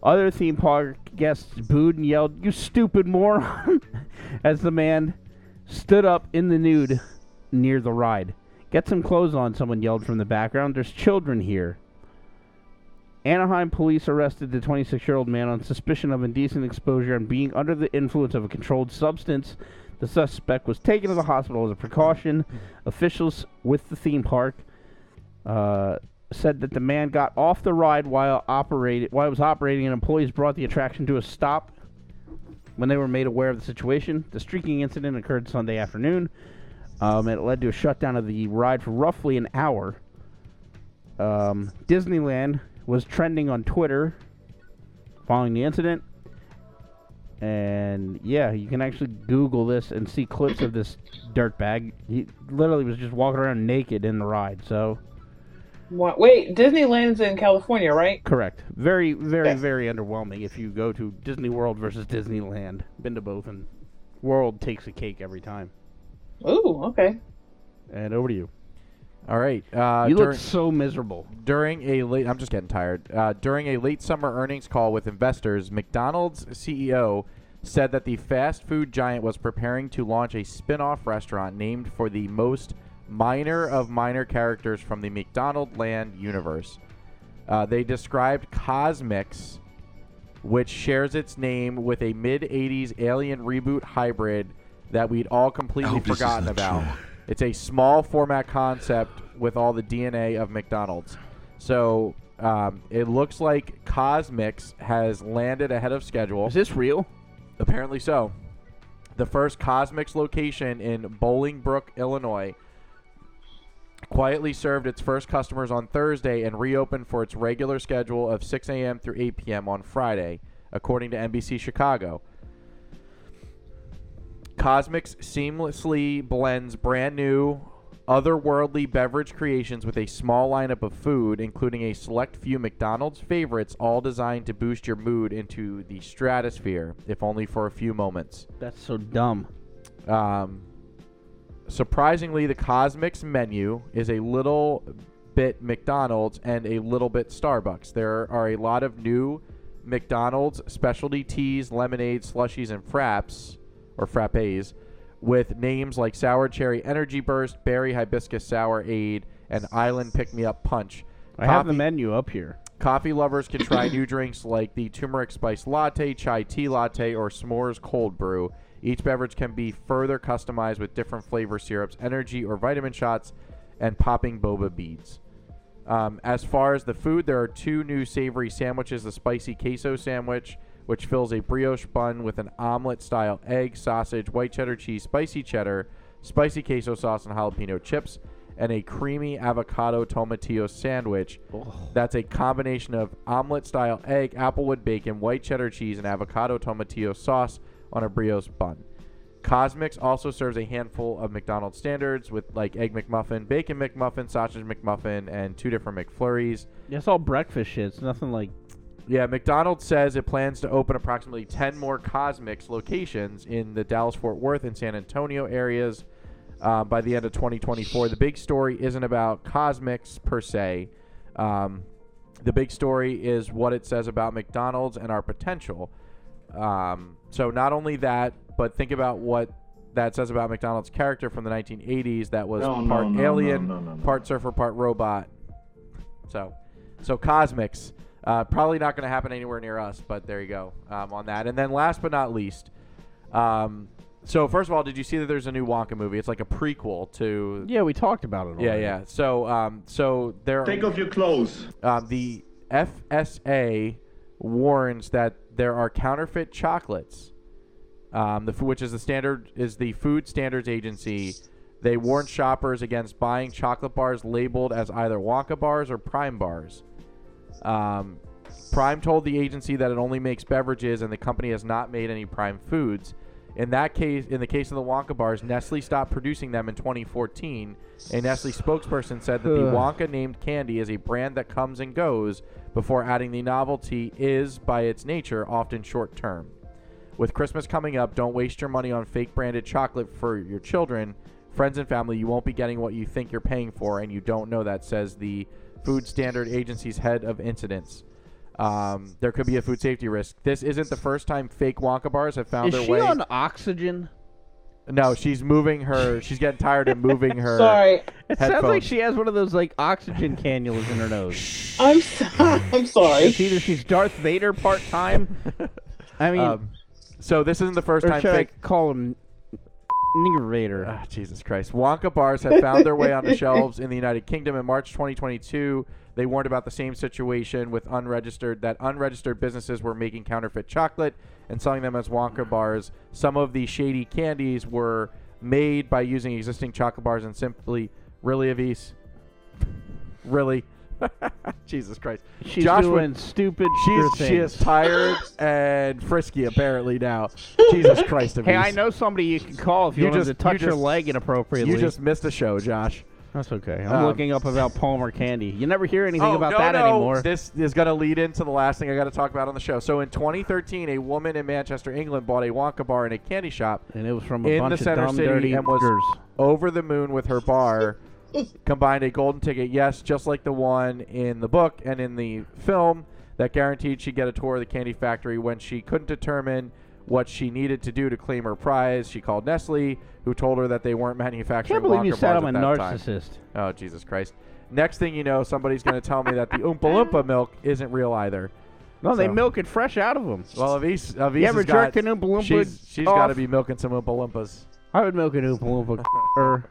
H: Other theme park guests booed and yelled, You stupid moron! as the man stood up in the nude near the ride. Get some clothes on, someone yelled from the background. There's children here. Anaheim police arrested the 26 year old man on suspicion of indecent exposure and being under the influence of a controlled substance. The suspect was taken to the hospital as a precaution. Officials with the theme park uh, said that the man got off the ride while operated while it was operating, and employees brought the attraction to a stop when they were made aware of the situation. The streaking incident occurred Sunday afternoon. Um, it led to a shutdown of the ride for roughly an hour um, Disneyland was trending on Twitter following the incident. And yeah, you can actually Google this and see clips of this dirtbag. He literally was just walking around naked in the ride. So
I: Wa- Wait, Disneyland's in California, right?
H: correct, very, very, very underwhelming. If you go to Disney World versus Disneyland, been to both, and World takes the cake every time.
I: Ooh, okay.
H: And over to you.
B: All right. Uh,
H: You look
B: so miserable. During a late, I'm just getting tired. Uh, during a late summer earnings call with investors, McDonald's CEO said that the fast food giant was preparing to launch a spin-off restaurant named for the most minor of minor characters from the McDonald Land universe. Uh, they described Cosmix, which shares its name with a mid-'80s alien reboot hybrid that we'd all completely
K: this is
B: forgotten
K: not
B: about.
K: true.
B: It's a small format concept with all the DNA of McDonald's. So um, it looks like Cosmix has landed ahead of schedule. Is this real? Apparently so. The first Cosmix location in Bolingbrook, Illinois, quietly served its first customers on Thursday and reopened for its regular schedule of 6 a.m. through 8 p.m. on Friday, according to NBC Chicago. Cosmix seamlessly blends brand new, otherworldly beverage creations with a small lineup of food, including a select few McDonald's favorites, all designed to boost your mood into the stratosphere, if only for a few moments. That's so dumb. Um, surprisingly, the Cosmix menu is a little bit McDonald's and a little bit Starbucks. There are a lot of new McDonald's specialty teas, lemonades, slushies, and fraps or frappes with names like Sour Cherry Energy Burst, Berry Hibiscus Sour Aid, and Island Pick Me Up Punch.
H: I have the
B: Coffee-
H: menu up here.
B: Coffee lovers can try new drinks like the turmeric spice latte, chai tea latte, or s'mores cold brew. Each beverage can be further customized with different flavor syrups, energy or vitamin shots, and popping boba beads. Um, as far as the food, there are two new savory sandwiches the spicy queso sandwich, which fills a brioche bun with an omelet style egg, sausage, white cheddar cheese, spicy cheddar, spicy queso sauce, and jalapeno chips, and a creamy avocado tomatillo sandwich. That's a combination of omelet style egg, applewood bacon, white cheddar cheese, and avocado tomatillo sauce on a brioche bun. Cosmix also serves a handful of McDonald's standards with like egg McMuffin, bacon McMuffin, sausage McMuffin, and two different McFlurries.
H: That's all breakfast shit. It's nothing like.
B: Yeah, McDonald's says it plans to open approximately 10 more Cosmix locations in the Dallas Fort Worth and San Antonio areas uh, by the end of 2024. The big story isn't about Cosmix per se. Um, the big story is what it says about McDonald's and our potential. Um, so, not only that, but think about what that says about McDonald's character from the 1980s that was
K: No, no,
B: part
K: no, no,
B: alien,
K: no, no, no.
B: part surfer, part robot. So, so Cosmics, uh, probably not going to happen anywhere near us, but there you go um, on that. And then last but not least, um, so first of all, did you see that there's a new Wonka movie? It's like a prequel to.
H: Yeah, we talked about it.
B: Yeah,
H: already.
B: yeah. So, um, so there.
K: Take off your clothes.
B: Um, the FSA warns that there are counterfeit chocolates. Um, the f- which is the standard is the Food Standards Agency. They warn shoppers against buying chocolate bars labeled as either Wonka bars or Prime bars. Um, Prime told the agency that it only makes beverages, and the company has not made any Prime foods. In that case, in the case of the Wonka bars, Nestle stopped producing them in 2014. A Nestle spokesperson said that the
K: Ugh.
B: Wonka named candy is a brand that comes and goes, before adding the novelty is, by its nature, often short term. With Christmas coming up, don't waste your money on fake branded chocolate for your children, friends, and family. You won't be getting what you think you're paying for, and you don't know that, says the Food Standard Agency's head of incidents. Um, there could be a food safety risk. This isn't the first time fake Wonka bars have found
H: Is
B: their
H: she
B: way.
H: on oxygen?
B: no, she's moving her. She's getting tired of moving
H: Er.
B: her.
H: It sounds like
B: headphones.
H: she has one of those like oxygen cannulas in her nose.
I: I'm so- I'm sorry.
H: It's either she's Darth Vader part time. I mean,
B: Um, so this isn't the first
H: or
B: time
H: should
B: fake
H: I call him nigger Vader.
B: Ah, Jesus Christ. Wonka bars have found their way onto shelves in the United Kingdom in March 2022. They warned about the same situation with unregistered that unregistered businesses were making counterfeit chocolate and selling them as Wonka bars. Some of the shady candies were made by using existing chocolate bars and simply really avies. Really. Jesus Christ.
H: She's
B: Josh would-
H: doing stupid.
B: She's
H: things.
B: she is tired and frisky apparently now. Jesus Christ.
H: Hey, I
B: Avise.
H: know somebody you can call if you, want to touch her
B: just-
H: leg inappropriately.
B: You just missed a show, Josh.
H: That's okay. I'm
B: Um,
H: looking up about Palmer candy. You never hear anything
B: Oh,
H: about
B: no,
H: that
B: no.
H: anymore.
B: This is going to lead into the last thing I got to talk about on the show. So in 2013, a woman in Manchester, England, bought a Wonka bar in a candy shop
H: and it was from a
B: in
H: bunch
B: the
H: of
B: center
H: dumb,
B: city
H: dirty
B: and was
H: niggers.
B: over the moon with her bar combined a golden ticket, yes, just like the one in the book and in the film, that guaranteed she'd get a tour of the candy factory when she couldn't determine what she needed to do to claim her prize. She called Nestle, who told her that they weren't manufacturing
H: Can't believe you
B: Wonka
H: said
B: bars
H: I'm
B: at
H: a
B: that time.
H: narcissist.
B: Oh, Jesus Christ. Next thing you know, somebody's going to tell me that the Oompa Loompa milk isn't real either.
H: No, they
B: So-
H: milk it fresh out of them.
B: Well, Avis, Avis
H: You ever
B: has got-
H: jerked an Oompa Loompa
B: She's, she's
H: off?
B: got to be milking some Oompa Loompas.
H: I would milk an Oompa Loompa. er.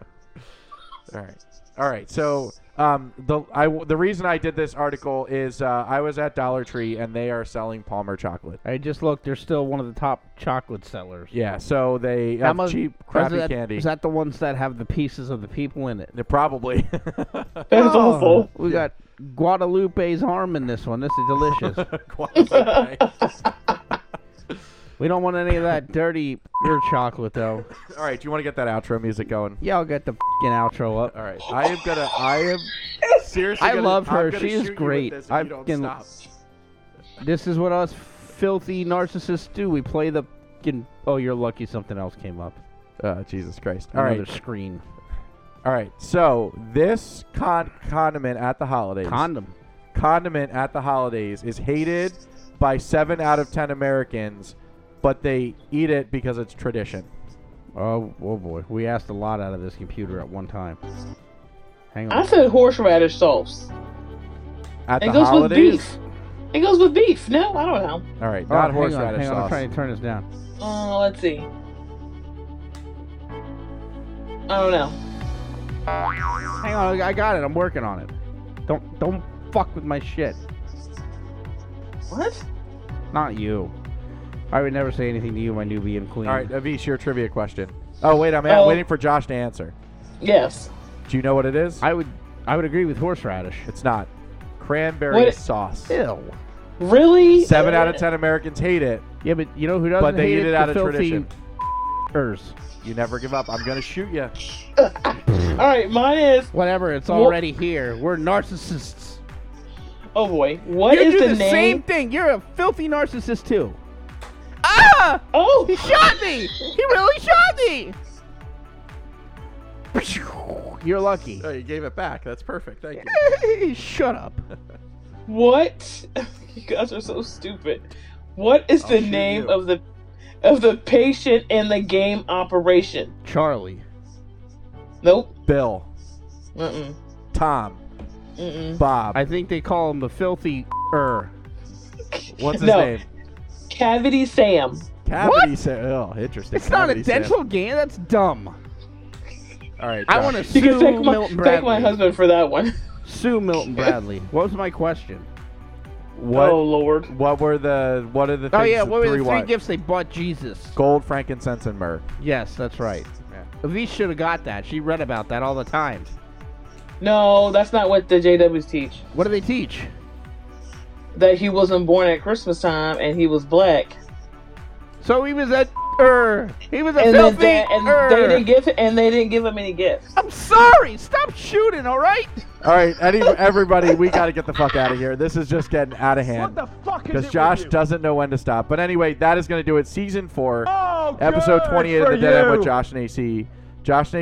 B: All right. All right. So um, the I w- the reason I did this article is uh, I was at Dollar Tree and they are selling Palmer chocolate.
H: I just looked. They're still one of the top chocolate sellers.
B: Yeah. So they have cheap, crappy
H: is that,
B: candy.
H: Is that the ones that have the pieces of the people in it?
B: They're probably.
H: That's awful. We got Guadalupe's arm in this one. This is delicious. we don't want any of that dirty pure chocolate, though.
B: All right. Do you want to get that outro music going?
H: Yeah, I'll get the fing outro up.
B: All right. I am gonna. I am seriously.
H: I
B: gonna-
H: love
B: I'm
H: her.
B: gonna
H: She
B: shoot
H: is
B: you with
H: great.
B: this if
H: I
B: you don't
H: can-
B: stop.
H: This is what us filthy narcissists do. We play the. fing- Oh, you're lucky something else came up.
B: Uh, Jesus Christ. All
H: Oh, Another
B: right.
H: screen.
B: All right. So this con- condiment at the holidays.
H: Condom.
B: condiment at the holidays is hated by seven out of ten Americans, but they eat it because it's tradition.
H: Oh, oh boy. We asked a lot out of this computer at one time. Hang on.
I: I said horseradish sauce.
B: At
I: It
B: the
I: goes with
B: holidays.
I: beef. It goes with beef. No, I don't know.
B: All right,
H: Oh,
B: not
H: hang on,
B: horseradish
H: hang on, I'm
B: sauce.
H: trying to turn this down.
I: Uh, let's see. I don't know.
H: Hang on, I got it. I'm working on it. Don't don't fuck with my shit.
I: What?
H: Not you. I would never say anything to you, my Nubian queen.
B: All right, Avish, your trivia question. Oh wait, I'm
I: Oh.
B: waiting for Josh to answer.
I: Yes.
B: Do you know what it is?
H: I would I would agree with horseradish.
B: it's not cranberry
I: What-
B: sauce.
H: Ew.
I: Really?
B: Seven out of ten Americans hate it,
H: Yeah, but you know who doesn't
B: but they
H: hate
B: eat it, out
H: The
B: of
H: filthy
B: tradition.
H: f***ers.
B: You never give up. I'm gonna shoot you.
I: All right, mine is.
H: Whatever, it's
I: Wha-
H: already here. We're narcissists.
I: Oh boy, What
H: you
I: is
H: do the,
I: name?
H: same thing. You're a filthy narcissist too. Ah!
I: Oh,
H: He shot me! He really shot me! You're lucky.
B: Oh, you gave it back. That's perfect. Thank you.
H: Shut up.
I: what? You guys are so stupid. What is the
B: shoot
I: name
B: you.
I: of the of the patient in the game operation?
H: Charlie.
I: Nope.
B: Bill,
I: Mm-mm.
B: Tom,
I: Mm-mm.
B: Bob.
H: I think they call him the filthy er.
B: What's his
I: No.
B: name?
I: Cavity Sam.
B: Cavity what? Oh, interesting.
H: It's not a
B: Cavity sa-
H: dental game. That's dumb.
B: All right.
H: I
B: Josh.
H: want to
I: You
H: sue
I: can thank my,
H: Milton Bradley.
I: thank my husband for that one.
H: Sue Milton Bradley. What was my question?
B: What
I: Oh Lord.
B: What were the what are the things
H: Oh yeah,
B: that
H: what were the
B: three
H: three
B: wa-
H: gifts they bought Jesus?
B: Gold, frankincense, and myrrh.
H: Yes, that's right.
B: Yeah.
H: Avish should have got that. She read about that all the time.
I: No, that's not what the JWs teach.
H: What do they teach?
I: That he wasn't born at Christmas time and he was black.
H: So he was a er. He was a
I: and then
H: filthy
I: that, and
H: er.
I: they didn't give and they didn't give him any gifts.
H: I'm sorry. Stop shooting. All right.
B: All right, any, everybody, we got to get the fuck out of here. This is just getting out of hand.
D: What the fuck is it
B: Because
D: with
B: Josh
D: you?
B: doesn't know when to stop. But anyway, that is going to do it. Season four,
D: Oh,
B: episode
D: good
B: 28 of
D: for
B: the Dead End
D: you.
B: with Josh and AC.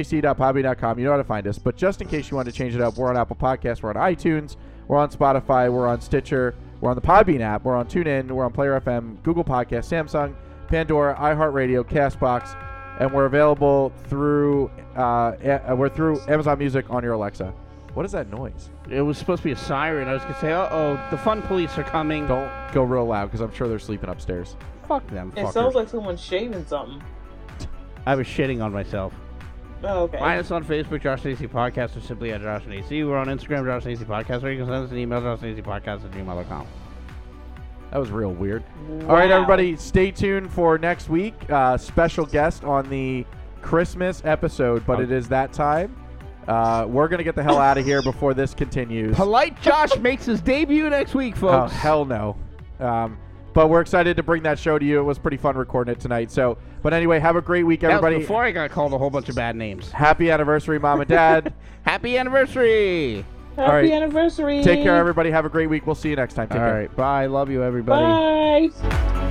B: JoshNac.hobby.com. You know how to find us. But just in case you want to change it up, we're on Apple Podcasts, we're on iTunes, we're on Spotify, we're on Stitcher, we're on the Podbean app, we're on TuneIn, we're on Player FM, Google Podcasts, Samsung, Pandora, iHeartRadio, Castbox, and we're available through uh, a- we're through Amazon Music on your Alexa. What is that noise?
H: It was supposed to be a siren. I was gonna say, uh oh, the fun police are coming.
B: Don't go real loud because I'm sure they're sleeping upstairs.
H: fuck them.
I: It
H: fuckers.
I: sounds like someone's shaving something.
H: I was shitting on myself.
I: Oh, okay.
H: Find us on Facebook, Josh and AC Podcast, or simply at Josh and AC. We're on Instagram, Josh and AC Podcast, or you can send us an email, Josh and AC Podcast at gmail.com.
B: That was real weird. All right,
I: Wow.
B: everybody, stay tuned for next week. Uh, special guest on the Christmas episode, but it
H: Oh.
B: is that time. Uh, we're gonna get the hell out of here before this continues.
H: Polite Josh makes his debut next week,
B: Oh,
H: folks.
B: hell no. Um, but we're excited to bring that show to you. It was pretty fun recording it tonight. So, but anyway, have a great week,
H: That was
B: everybody.
H: Before I got called a whole bunch of bad names.
B: Happy anniversary, mom and dad.
H: Happy anniversary.
I: Happy
B: right.
I: anniversary.
B: Take care, everybody. Have a great week. We'll see you next time. Take
H: All
B: care.
H: right. Bye. Love you, everybody.
I: Bye.